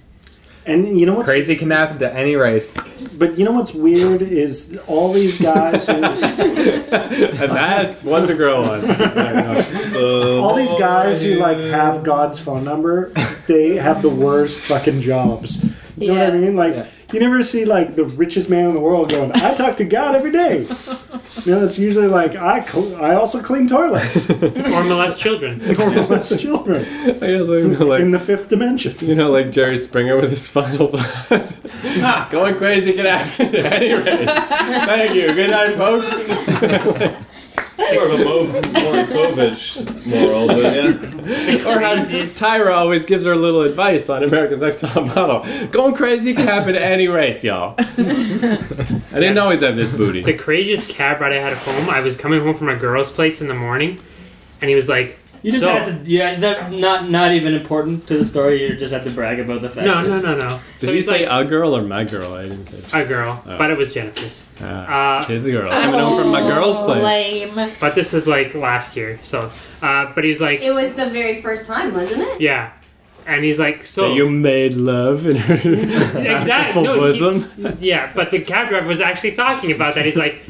E: And you know what?
F: Crazy can happen to any race.
E: But you know what's weird is all
D: [laughs]
F: [laughs]
E: these guys who
A: and that's one to grow on.
E: [laughs] all these guys who like have God's phone number, they have the worst fucking jobs. You know what I mean? Like you never see like the richest man in the world going, "I talk to God every day." You know, it's usually like I cl- I also
A: [laughs]
E: clean toilets
D: or molest children.
E: [laughs] or molest children. in the fifth dimension.
A: You know, like Jerry Springer with his final thought. Going crazy can happen to any race. [laughs] Thank you. Good night, folks.
H: More of a
I: [laughs]
H: Moravovich moral, but
A: [laughs]
H: yeah.
A: or how [laughs] Tyra always gives her little advice on America's Next Top Model. Going crazy can happen to any race, y'all. I didn't always have this booty.
D: The craziest cab ride I had at home, I was coming home from a girl's place in the morning, and he was like,
I: You just
D: so,
I: had to, yeah, that, not not even important to the story. You just had to brag about the fact.
D: No,
I: that-
D: no, no, no.
A: Did
D: so
A: you
D: he's
A: say
D: like,
A: a girl or my girl? I didn't catch.
D: a girl,
A: Oh.
D: but it was Jennifer's.
A: Ah,
D: Uh,
A: tis a girl. Coming home from my girl's place.
C: Lame.
D: But this is like last year, so. Uh, but he's like,
K: It was the very first time, wasn't it?
D: [laughs] yeah. And he's like, so.
A: That you made love in
D: [laughs]
A: her
D: exactly.
A: exactly.
D: No, he-
A: bosom.
D: yeah, but the cab driver was actually talking about that. He's like,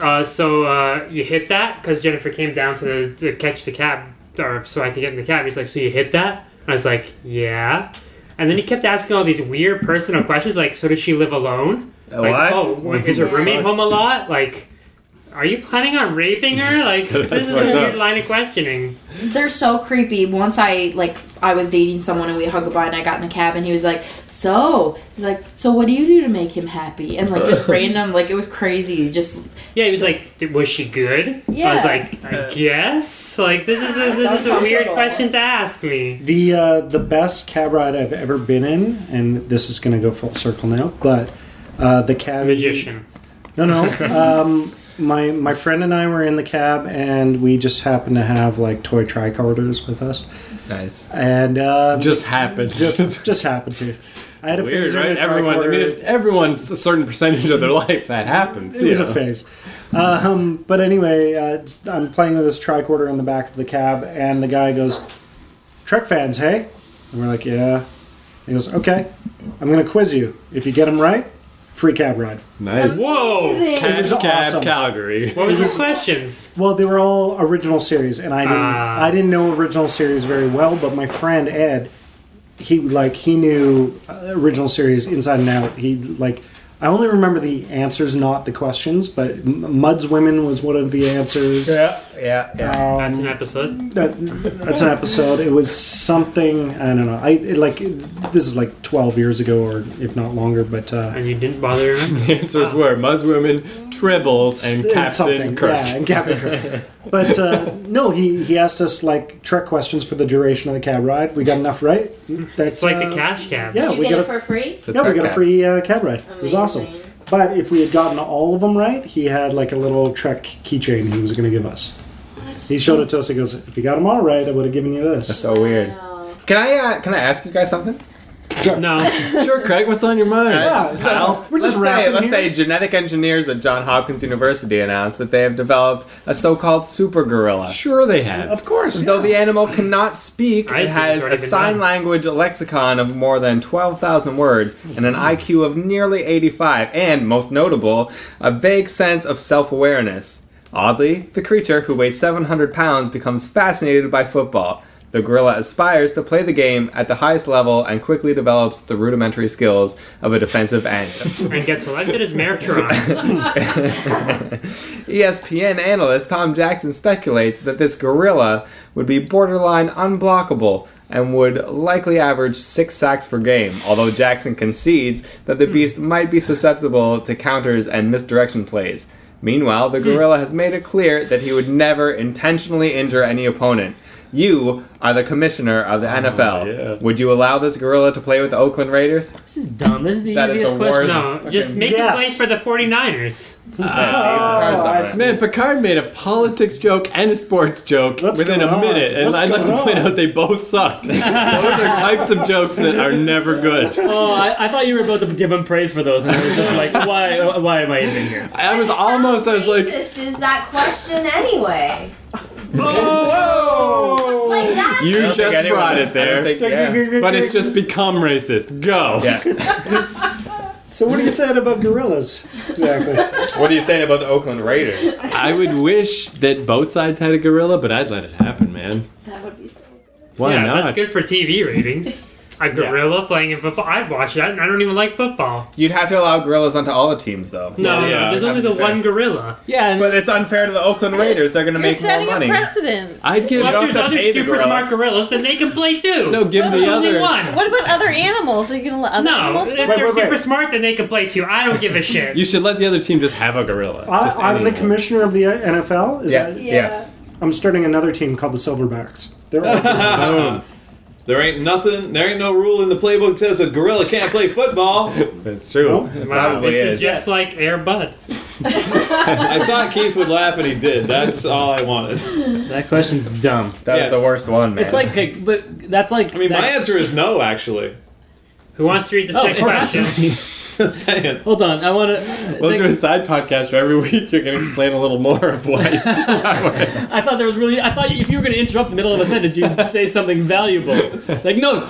D: uh, so uh, you hit that? Because Jennifer came down to, to catch the cab, or so I could get in the cab. He's like, so you hit that? And I was like, yeah. And then he kept asking all these weird personal questions, like, so does she live alone?
A: Uh,
D: like,
A: what?
D: oh, what- is her
A: Yeah.
D: roommate home a lot? Like, are you planning on raping her? Like, this is
A: [laughs] That's
D: a
A: fucked
D: weird
A: up.
D: line of questioning.
C: They're so creepy. Once I like I was dating someone and we hugged goodbye and I got in a cab and he was like, "So," he's like, "So what do you do to make him happy?" And like
A: [laughs]
D: [laughs]
C: just random, like it was crazy. Just
D: Yeah, he was like, "Th- "Was she good?" I
C: Yeah.
D: was like,
E: Uh,
D: "I guess." Like, this is a, this is a weird question to ask me.
E: The uh, the best cab ride I've ever been in, and this is going to go full circle now, but uh, the cab
D: magician.
E: No, no. um, my my friend and I were in the cab, and we just happened to have like toy tricorders with us,
F: Nice.
E: and uh,
A: Just happened.
E: just just happened to. I had a
A: Weird,
E: phaser and
A: right?
E: a
A: Everyone, I mean,
E: tricorder.
A: it- everyone's a certain percentage of their life that happens.
E: It
A: you
E: was a
A: know.
E: phase. Um, but anyway, uh, I'm playing with this tricorder in the back of the cab, and the guy goes, Trek fans, hey? And we're like, yeah. He goes, okay, I'm going to quiz you. If you get them right, free cab ride.
A: Nice.
D: Whoa!
E: Amazing. It was
A: Cash Cab
E: awesome.
A: Calgary.
D: What was the questions?
E: Well, they were all original series, and I didn't,
D: Ah.
E: I didn't know original series very well, but my friend Ed, he like he knew uh, original series inside and out. He like I only remember the answers, not the questions. But M- Mud's Women was one of the answers. Um,
F: Yeah, yeah, yeah.
D: That's an episode.
E: That, that's an episode. It was something I don't know. I it, like this is like twelve years ago, or if not longer. But uh,
D: And you didn't bother.
A: [laughs] The answers were Mud's Women, Tribbles, and
E: It's
A: Captain
E: Ah. something,
A: Kirk.
E: yeah, and Captain
A: [laughs]
E: Kirk. but uh, no, he he asked us like trick questions for the duration of the cab ride. We got enough right.
D: It's
E: That's
D: like
E: uh,
D: the cash cab.
E: Yeah,
K: Did you
E: we
K: get
E: got
K: it for free?
E: yeah, we got a free uh, cab ride. It was awesome. But if we had gotten all of them right, he had like a little Trek keychain he was going to give us. He showed it to us. He goes, "If you got them all right, I would have given you this."
F: So weird. Can I uh, can I ask you guys something?
D: No.
A: [laughs] Sure, Craig, what's on your mind?
F: Well, let's say, let's say genetic engineers at John Hopkins University announced that they have developed a so-called super gorilla.
A: Sure, they have. Of
F: course. Though the animal cannot speak,
A: I
F: it
A: assume it's
F: has
A: already
F: a
A: been
F: sign language lexicon of more than twelve thousand words and an IQ of nearly eighty-five, and most notable, a vague sense of self-awareness. Oddly, the creature, who weighs 700 pounds, becomes fascinated by football. The gorilla aspires to play the game at the highest level and quickly develops the rudimentary skills of a defensive end.
D: and get selected as mayor
A: [laughs]
D: of Toronto.
F: E ESPN analyst Tom Jackson speculates that this gorilla would be borderline unblockable and would likely average six sacks per game, although Jackson concedes that the beast might be susceptible to counters and misdirection plays. Meanwhile, the gorilla has made it clear that he would never intentionally injure any opponent. You are the commissioner of the NFL. Would you allow this gorilla to play with the Oakland Raiders? This is dumb. This is the
D: Easiest question. No, just
F: fucking-
D: make
F: Yes.
D: a place for the 49ers. Oh,
E: Uh,
A: man, Picard made a politics joke and a sports joke within
D: going
A: a
D: on?
A: minute, and
D: What's
A: I'd like to
D: going
A: point
D: on?
A: out they both sucked. Those are types of jokes that are never good.
N: Oh, I, I thought you were about to give him praise for those, and I was just
A: [laughs]
N: like, why? Why am I even here?
A: I was almost. I was like,
K: This is that question anyway. Like that.
A: you
K: I don't
A: just
K: think anyone-
A: brought it
F: I
A: there,
F: don't think- yeah.
A: but it's just become racist. Go.
E: So what are you saying about gorillas? Exactly.
F: What are you saying about the Oakland Raiders?
A: I would wish that both sides had a gorilla, but I'd let it happen, man.
K: That would be so.
A: [laughs] Why
D: yeah,
A: not?
D: That's good for TV ratings. A gorilla playing in football. I'd watch that, and I don't even like football.
F: You'd have to allow gorillas onto all the teams, though.
D: No, no, there's only the one gorilla.
N: Yeah,
F: but it's unfair to the Oakland Raiders. They're going to
D: You're
F: make more
D: setting a
F: money.
L: precedent.
A: I'd
F: give-
D: Well,
F: You
D: if there's
F: also
D: other
F: pay the
D: super
F: gorilla.
D: smart gorillas, then they can play too.
A: No, give
D: But
A: the
D: there's Only
A: other-
D: one.
L: What about other animals? Are you gonna let other
D: No,
L: animals?
D: if
L: play?
D: they're super smart, then they can play too. I don't give a shit.
A: You should let the other team just have a gorilla.
E: I,
A: Just
E: I'm the
A: anyone.
E: commissioner of the NFL. Is
A: Yeah.
E: that,
A: Yeah. Yes.
E: I'm starting another team called the Silverbacks.
H: [laughs]
E: They're [laughs]
H: Boom. There ain't nothing. There ain't no rule in the playbook that says a gorilla can't play football.
A: That's true.
D: Wow, this
H: [laughs]
D: is, just like Air Bud.
H: I thought Keith would laugh, and he did. That's all I wanted.
N: That question's dumb.
F: That
H: Yes.
F: was the worst one, man.
N: It's like, okay, but that's like. I
H: mean, my answer is no, actually.
D: Who wants to read this
N: Oh,
D: next
N: of course.
D: question?
H: Just saying.
N: Hold on, I want to.
A: We'll do a side podcast where every [laughs] week you can explain a little more of why.
N: [laughs] I thought there was really. I thought if you were going to interrupt the middle of a sentence, you'd say something valuable. Like, no,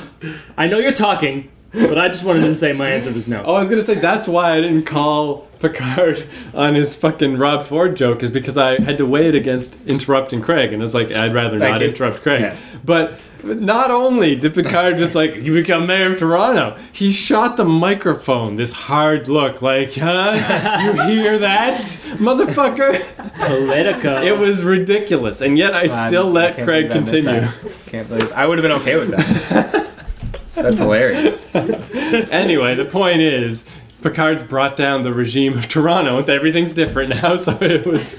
N: I know you're talking, but I just wanted to say my answer was no.
A: Oh, I was gonna say that's why I didn't call Picard on his fucking Rob Ford joke is because I had to weigh it against interrupting Craig, and it's like I'd rather
F: Thank
A: not
F: you.
A: interrupt Craig. But not only did Picard just like you become mayor of Toronto, he shot the microphone this hard look,
N: [laughs]
A: like, huh? you hear that, motherfucker?
F: [laughs]
N: Political.
A: It was ridiculous, and yet I
F: God,
A: still
F: I
A: let
F: can't
A: Craig
F: believe I missed
A: continue.
F: that. Can't believe I would have been okay with that. That's hilarious.
A: anyway, the point is, Picard's brought down the regime of Toronto. Everything's different now, [laughs] so it was.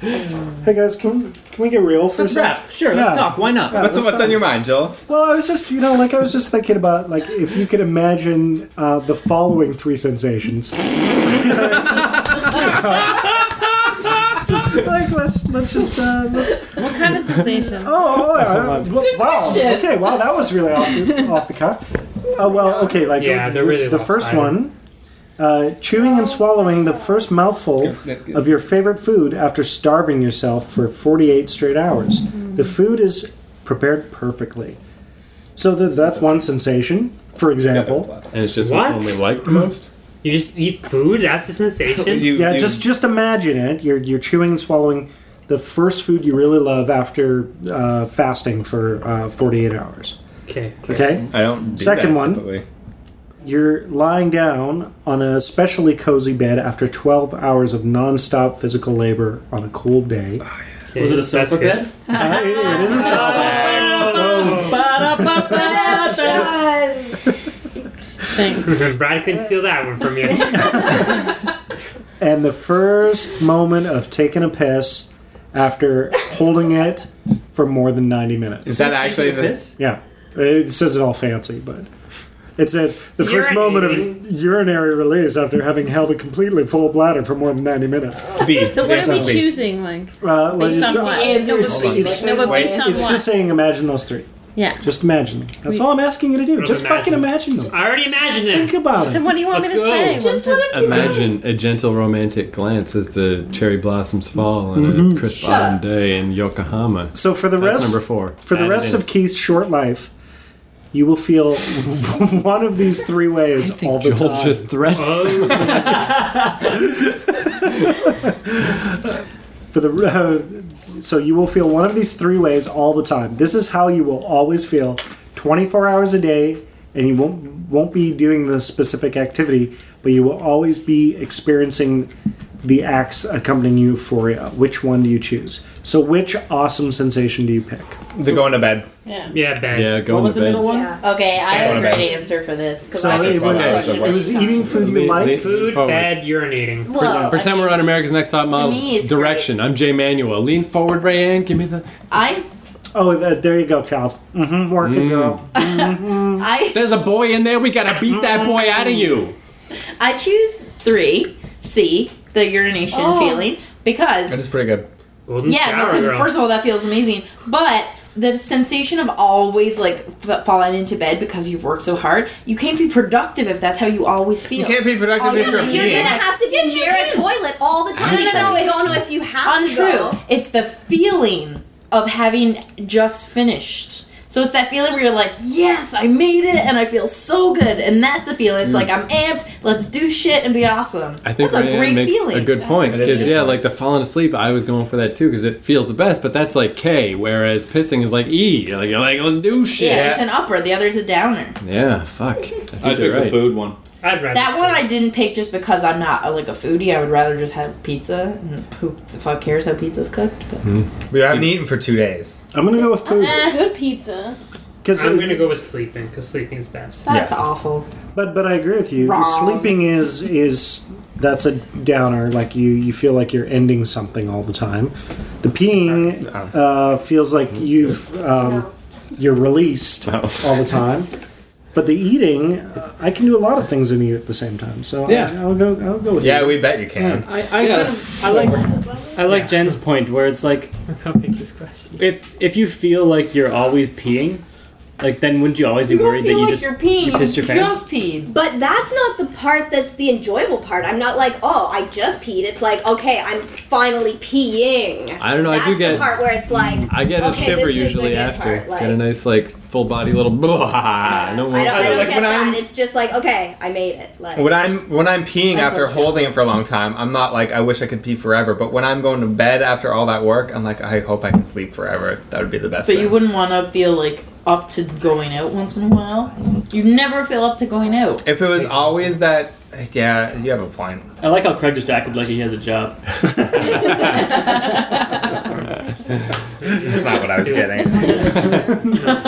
E: hey guys, can can we get real for
A: Let's
E: a sec?
A: rap. Sure, let's talk. Why not? What's-
E: let's
A: what's on
E: talk.
A: your
F: mind, Joel?
E: Well, I was just you know like I was just thinking about like if you could imagine uh, the following three sensations. [laughs] just like let's let's just uh, let's.
L: What kind of sensation?
E: Oh, oh, uh, w- wow.
L: question.
E: Okay, wow, that was really off the, off the cuff. Oh well, okay, like
D: Yeah,
E: the,
D: they're really
E: the first
D: lopsided.
E: one. Uh, chewing and swallowing the first mouthful of your favorite food after starving yourself for 48 straight hours. The food is prepared perfectly. So th- that's one sensation, for example.
A: And it's just
D: What?
A: what we like the most.
D: You just eat food? That's the
E: [laughs]
D: sensation?
E: yeah,
D: [laughs]
E: just just imagine it. You're, you're chewing and swallowing the first food you really love after uh, fasting for uh, 48 hours.
D: Okay.
E: Okay.
F: I don't. Do
E: Second
F: that
E: one.
F: typically.
E: You're lying down on an especially cozy bed after 12 hours of nonstop physical labor on a cold day.
N: Was it a sofa bed?
E: [laughs] it is a sofa
A: [laughs]
D: [laughs] Brad couldn't steal that one
L: [laughs]
D: from you.
E: And the first moment of taking a piss after holding it for more than 90 minutes.
F: Is that actually the piss?
E: Yeah. It says it all fancy, but it says the first
F: Urinating.
E: moment of urinary release after having held a completely full bladder for more than 90 minutes.
F: B.
L: So what are we choosing, like?
E: Uh, well,
L: Based on
E: it-
L: what?
E: It's,
L: No, but
E: it's-
L: based-
E: it's-
L: no, but based on
E: it's
L: what?
E: just saying imagine those three.
L: Yeah.
E: Just imagine them. That's all I'm asking you to do.
D: Just
E: Just fucking imagine them.
D: I already imagined it.
E: Think about it.
L: Then what do you want
D: Let's
L: me to
D: go.
L: say?
D: Just
L: let him
A: Imagine a gentle romantic glance as the cherry blossoms fall on a
E: Mhm.
A: crisp
E: Shut
A: autumn
E: up.
A: day in Yokohama.
E: So for the
A: That's
E: rest,
A: number four.
E: For the
A: Add it
E: rest
A: in.
E: of Keith's short life, you will feel [laughs] one of these three ways all the
A: Joel
E: time.
A: just threatened-
E: [laughs] for the uh, so you will feel one of these three ways all the time. This is how you will always feel, 24 hours a day, and you won't won't be doing the specific activity, but you will always be experiencing the acts accompanying euphoria. Which one do you choose? So which awesome sensation do you pick?
F: The going to bed.
L: Yeah.
D: Yeah, bad.
A: Yeah, going to bed.
C: Okay, I
E: Yeah.
C: have a great answer for this because
E: So
C: I
E: it was,
C: question
E: it was
C: many
E: eating
C: times.
E: food you like.
D: Food,
A: forward.
D: bed, urinating.
C: Well,
A: Pretend we're on America's Next Top
C: to
A: Model.
C: me, it's
A: Direction. I'm Jay Manuel. Lean forward, Rayanne. Give me the.
C: I
E: Oh, th- there you go, child. hmm working
A: Mm.
E: girl.
C: [laughs] I
A: There's a boy in there. We gotta beat that boy out of you.
C: I choose three C the urination
L: Oh.
C: feeling because
F: That is pretty good.
C: yeah no because first of all that feels amazing but the sensation of always like f- falling into bed because you've worked so hard you can't be productive if that's how you always feel
F: You can't be productive
C: Oh,
F: if
C: yeah,
F: you're
C: you're
F: peeing.
C: gonna-
K: I have to be
C: Yes, you
K: near a
C: can.
K: toilet all the time.
C: No, no, no,
K: because you
C: it's
K: don't know if you have to
C: untrue.
K: go.
C: It's the feeling of having just finished. So it's that feeling where you're like, yes, I made it, and I feel so good, and that's the feeling. It's
A: Mm.
C: like I'm amped. Let's do shit and be awesome.
A: I think
C: that's a
A: Rayanne
C: great
A: makes
C: feeling.
A: a good point because yeah, like the falling asleep, I was going for that too because it feels the best. But that's like K, whereas pissing is like E. You're like, you're like let's do
C: yeah,
A: shit.
C: it's an upper. The other's a downer.
A: Yeah, fuck. I think you're
H: I'd pick the
A: right.
H: food one.
D: I'd rather.
C: That one I didn't pick just because I'm not uh, like a foodie. I would rather just have pizza. And
D: Hmm.
C: who the fuck cares how pizza's cooked? But.
F: We haven't eaten for two days.
E: I'm gonna go with food.
K: Uh,
L: good pizza.
D: I'm gonna go with sleeping because sleeping's best.
E: That's Yeah.
C: awful.
E: But but I agree with you.
D: Wrong.
E: Sleeping is is that's a downer. Like you you feel like you're ending something all the time. The peeing uh, feels like you've um, you're released all the time. But the eating, uh, I can do a lot of things and eat at the same time. So
F: Yeah.
E: I, will go. I'll go with
F: Yeah,
E: you.
F: we bet you can.
E: Yeah.
N: I, I, kind of, I like I like Jen's point where it's like if if you feel like you're always peeing, like then wouldn't you always be
K: You don't
N: worried that
K: feel
N: you
K: like
N: just
K: you're peeing,
N: you pissed your
K: you
N: pants?
C: peed.
K: But that's not the part that's the enjoyable part. I'm not like, oh, I just peed. It's like, okay, I'm finally peeing.
A: I don't know, I
K: That's
A: do
K: the
A: get-
K: part where it's like,
A: I get a
K: okay,
A: shiver
K: this is the
A: usually
K: good
A: after.
K: part, like-
A: get a nice like full body little. [laughs] Blah, no more.
K: I don't, I don't
F: Like,
K: get
F: when
K: that.
F: I'm-
K: It's just like, okay, I made it. Like,
F: When I'm when I'm peeing
K: Like
F: after
K: those-
F: holding it for a long time, I'm not like I wish I could pee forever. But when I'm going to bed after all that work, I'm like I hope I can sleep forever. That would be the best.
C: But
F: thing.
C: you wouldn't want to feel like up to going out once in a while. You never feel up to going out.
F: If it was always that, yeah, you have a point.
N: I like how Craig just acted like he has a
F: [laughs]
N: job.
K: [laughs]
F: That's not what I was getting.
A: [laughs]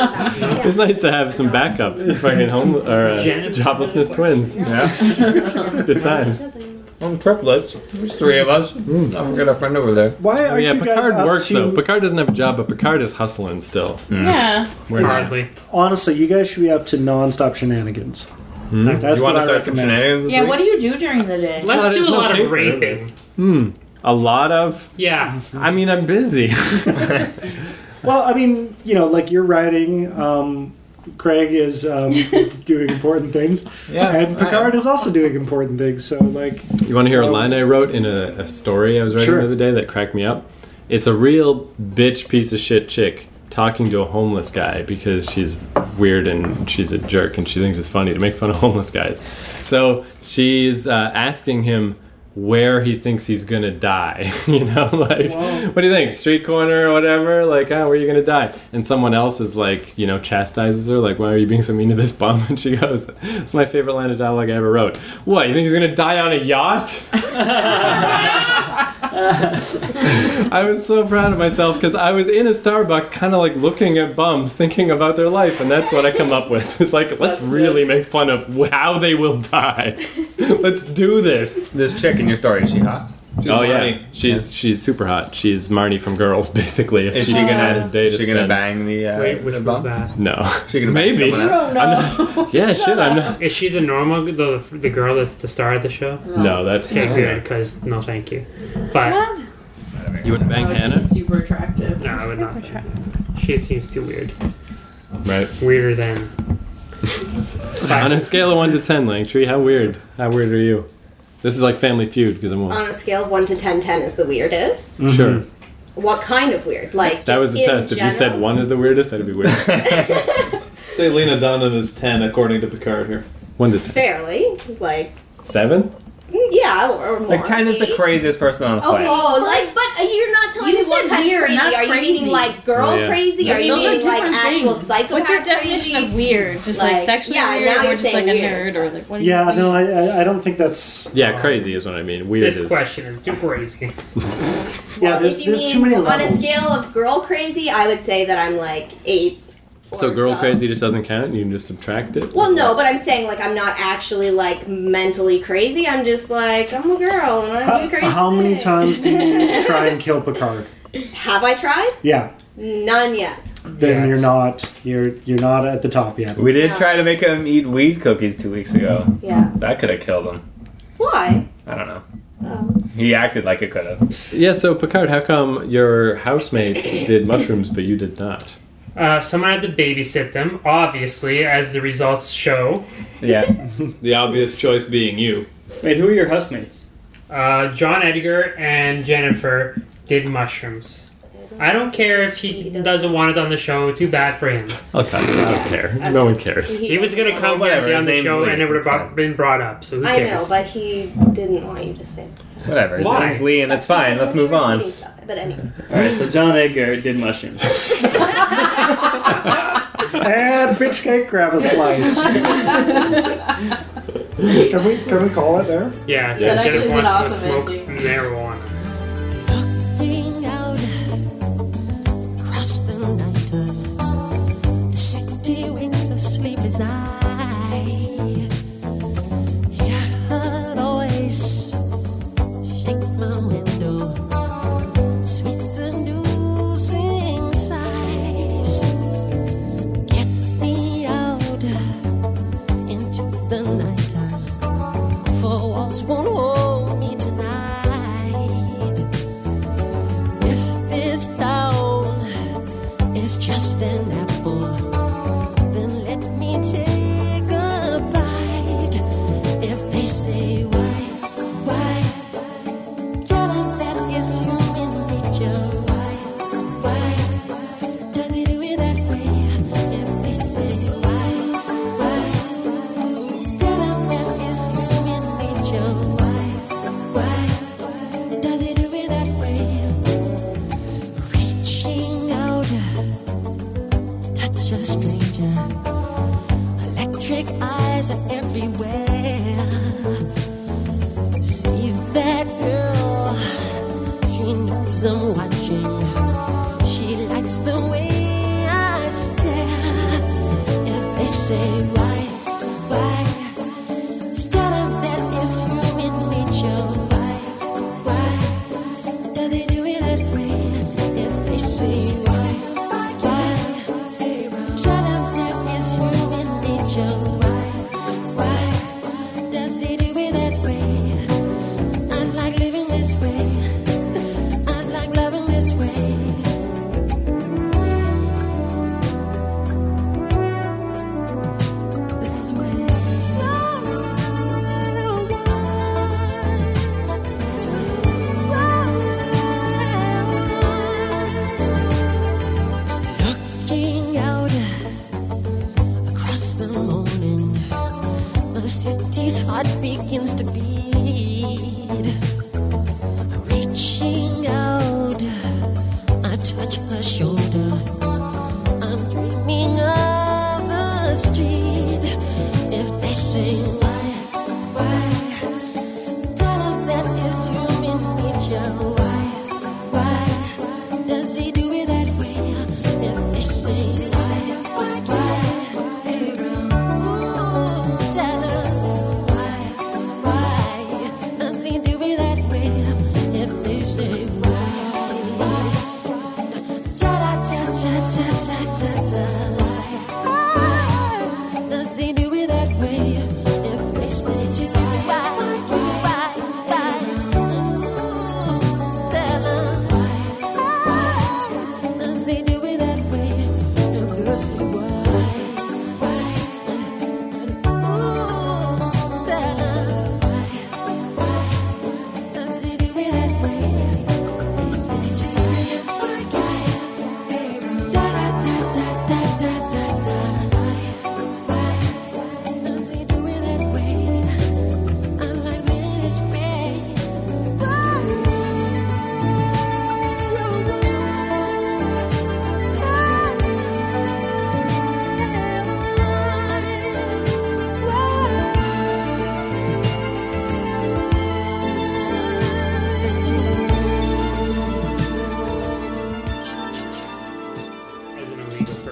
A: It's nice to have some backup. Fucking home or uh, joblessness twins.
F: Yeah,
A: it's good times.
F: I'm privileged. There's three of us. I've got a friend over there.
E: Why
A: Oh,
E: are
A: yeah,
E: you guys
A: Picard
E: up
A: works
E: to-
A: though. Picard doesn't have a job, but Picard is hustling still.
L: Yeah.
A: We're not.
E: Honestly, you guys should be up to nonstop shenanigans. That's
F: Hmm? you
E: what
F: want to
E: I
F: start some
E: recommend.
F: shenanigans?
C: Yeah, what do you do during the day?
D: Let's do a lot of
A: paper.
D: raping.
A: Hmm. A lot of.
D: Yeah.
A: I mean, I'm busy. [laughs]
E: Well, I mean, you know, like you're writing. Um, Craig is [laughs] um, d- doing important things,
F: Yeah,
E: and
F: I
E: Picard is also doing important things. So, like,
A: You want to hear a line I wrote in a, a story I was writing
E: Sure.
A: the other day that cracked me up? It's a real bitch piece of shit chick talking to a homeless guy because she's weird and she's a jerk and she thinks it's funny to make fun of [laughs] homeless guys. So she's uh, asking him where he thinks he's gonna die. [laughs] you know, like, what do you think? Street corner or whatever? Like, ah, where are you gonna die? And someone else is like, you know, chastises her, like, why are you being so mean to this bum? [laughs] And she goes, it's my favorite line of dialogue I ever wrote. What, you think he's gonna die on a yacht? [laughs] I was so proud of myself because I was in a Starbucks, kind of like looking at bums, thinking about their life, and that's what I come up with. [laughs] It's like, let's really make fun of how they will die. [laughs] let's do this.
F: This chick in your story is she hot? She's
A: oh
F: Marnie.
A: yeah, she's she's super hot. She's Marnie from Girls, [laughs] basically. If
F: Is she
A: she's
F: gonna?
A: day
F: Is
A: to
F: she gonna
A: spend.
F: bang the? Uh,
D: Wait, which
F: the
D: was
F: bum?
D: that?
A: No,
F: [laughs] She gonna bang
A: maybe.
F: someone else?
A: yeah, shit. I'm not.
D: Is she the normal the the girl that's the star of the show?
A: No, that's
D: okay.
A: Hannah.
D: Good, because no, thank you. But
A: You wouldn't bang
C: Oh,
A: Hannah.
C: she's super attractive.
D: no, I would not. She seems too weird.
A: Right.
D: Weirder than.
A: [laughs] On a scale of one to ten, Langtree, how weird? How weird are you? This is like Family Feud because I'm one.
K: On a scale of 1 to 10, 10 is the weirdest.
A: Sure.
D: Mm-hmm.
K: What kind of weird? Like,
A: That
K: just
A: was the
K: in
A: test. If you said
K: general?
A: one is the weirdest, that'd be weird.
H: Say Lena Dunham is 10, according to Picard here.
A: One to
K: Fairly. Like,
A: seven.
K: mm, yeah, or, or more.
F: Like ten is the
K: Eight.
F: craziest person on the
K: Oh,
F: planet.
K: oh, like, but you're not telling
C: You
K: me what
C: said
K: kind
C: weird,
K: of crazy.
C: not
K: Are you
C: crazy.
K: meaning like girl
C: Oh, yeah.
K: crazy?
C: Yeah.
K: Are you
C: Those are
K: meaning like
C: different
K: actual
C: things.
K: psychopath?
C: What's your definition
K: crazy?
C: of weird? Just like, sexually
K: yeah,
C: weird
K: now
C: or
K: you're
C: just
K: saying
C: like a
K: weird.
C: nerd or like what do you
E: Yeah,
C: think?
E: no, I, I- I don't think that's.
A: Yeah, crazy is what I mean. Weird
D: This
A: is.
D: question is too
C: [laughs]
D: crazy.
E: Yeah, there's,
K: If you
E: there's
K: mean
E: too many
K: on a
E: levels.
K: scale of girl crazy, I would say that I'm like eight.
A: So girl crazy just doesn't count. You can just subtract it.
K: Well, no, but I'm saying like I'm not actually like mentally crazy. I'm just like I'm a girl and I do crazy.
E: How many times do [laughs] you try and kill Picard?
K: Have I tried?
E: Yeah,
K: None yet.
E: then you're not you're you're not at the top yet.
F: We did try to make him eat weed cookies two weeks ago.
K: Yeah.
F: That could have killed him.
K: Why? Oh.
F: I don't know. He acted like it could have.
A: Yeah. So Picard, how come your housemates did mushrooms but you did not?
D: Uh, someone had to babysit them, obviously, as the results show.
F: Yeah.
H: the obvious choice being you.
D: Wait, who are your housemates? Uh, John Edgar and Jennifer did mushrooms. I don't care if he doesn't want it on the show. Too bad for him.
A: Okay. I don't care. No one cares.
D: Uh, He was gonna come here and
F: Whatever,
D: be on
F: his
D: the
F: name's
D: show,
F: Lee,
D: and it would
F: it's
D: have been brought up. So who
K: I
D: cares?
K: know, but he didn't want you to say. that.
F: Whatever. His
D: Why?
F: name's Lee, and that's fine. Let's move
K: Eating
F: on.
K: stuff, But anyway,
N: All right, so John Edgar did mushrooms.
E: And bitch cake, grab a [laughs] slice.
N: [laughs]
E: can we can we call it there?
D: Yeah,
E: Yeah.
D: because
E: That
D: Jennifer
E: actually
D: wants to
E: is an
D: smoke
E: awesome
D: marijuana.
P: Walking out across the night, the city winks asleep as I hear her voice shake my window. Sweet seducing sighs get me out into the night. For walls won't hold me tonight. If this town is just an apple, then let me take a bite. If they say why, why, tell them that it's human nature. Why, why, does he do it that way? If they say why, why, tell them that it's human nature. Why, why, does he do it that way? reaching out, uh, touch a stranger. Electric eyes are everywhere. See that girl, she knows I'm watching. She likes the way I stare. If they say why, why, tell them that it's human nature. Why, why, do they do it that way? If they say why, why, tell them that it's human nature. Why, why does it do it that way? I like living this way. I like loving this way. looking out across the morning. The city's heart begins to beat. Reaching out, I touch her shoulder. I'm dreaming of a street. If they say why, why, tell them that is human nature. Why, why does he do it that way? If they say why, why, ooh, tell her why, why, and they do it that way. If they say why, cha da cha cha cha cha cha cha, why, does he do it that way? If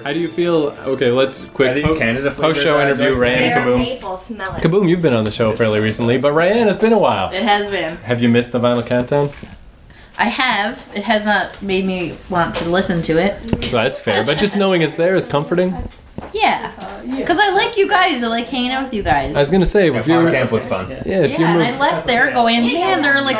A: do you feel? Okay, let's quick
F: Are these Canada
A: post show
F: flavored, uh,
A: interview.
F: drinks?
A: Ryan
K: They're
A: Kaboom.
K: maple. Smell it.
A: Kaboom, you've been on the show fairly recently, but Ryan, it's been a while.
C: It has been.
A: Have you missed the vinyl countdown?
C: I have. It has not made me want to listen to it.
A: Well, that's fair, but just knowing it's there is comforting.
C: Yeah.
D: Uh,
C: Because I like you guys. I like hanging out with you guys.
A: I was gonna say, if you're
F: camp was fun.
A: Yeah, if
C: yeah,
A: you
C: and I left there going, man, they're like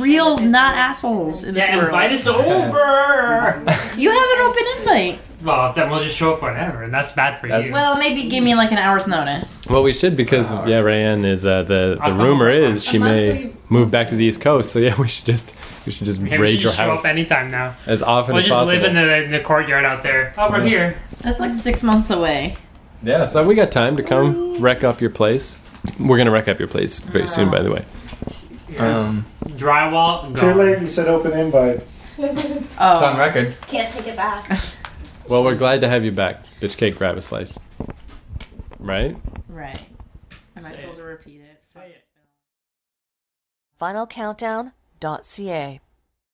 C: real not assholes in this
D: Yeah,
C: world.
D: invite
K: [laughs]
D: us over.
C: You have an open invite.
D: Well, then we'll just show up whenever, and that's bad for you.
C: Well, maybe give me like an hour's notice.
A: Well, we should because yeah, Rayanne is uh, the the
D: I'll come
A: rumor
D: over.
A: is she may move back to the East Coast. So yeah, [laughs] we should just we should just
D: Maybe we
A: raid
D: should
A: your
D: show
A: house
D: up anytime now.
A: as often
D: We'll
A: as
D: just
A: possible.
D: live in the, in the courtyard out there. Oh, we're
A: Yeah.
D: here.
C: That's like six months away.
K: [laughs]
A: yeah, so we got time to come wreck up your place. We're gonna wreck up your place very soon, by the way. Um,
D: Drywall.
E: Too
D: Gone.
E: late. You said open invite.
C: Oh.
A: It's on record.
K: Can't take it back.
A: well, we're glad to have you back, bitch. Cake, grab a slice. Right.
C: [laughs] Right. Am I supposed to repeat it?
Q: Final Countdown.ca.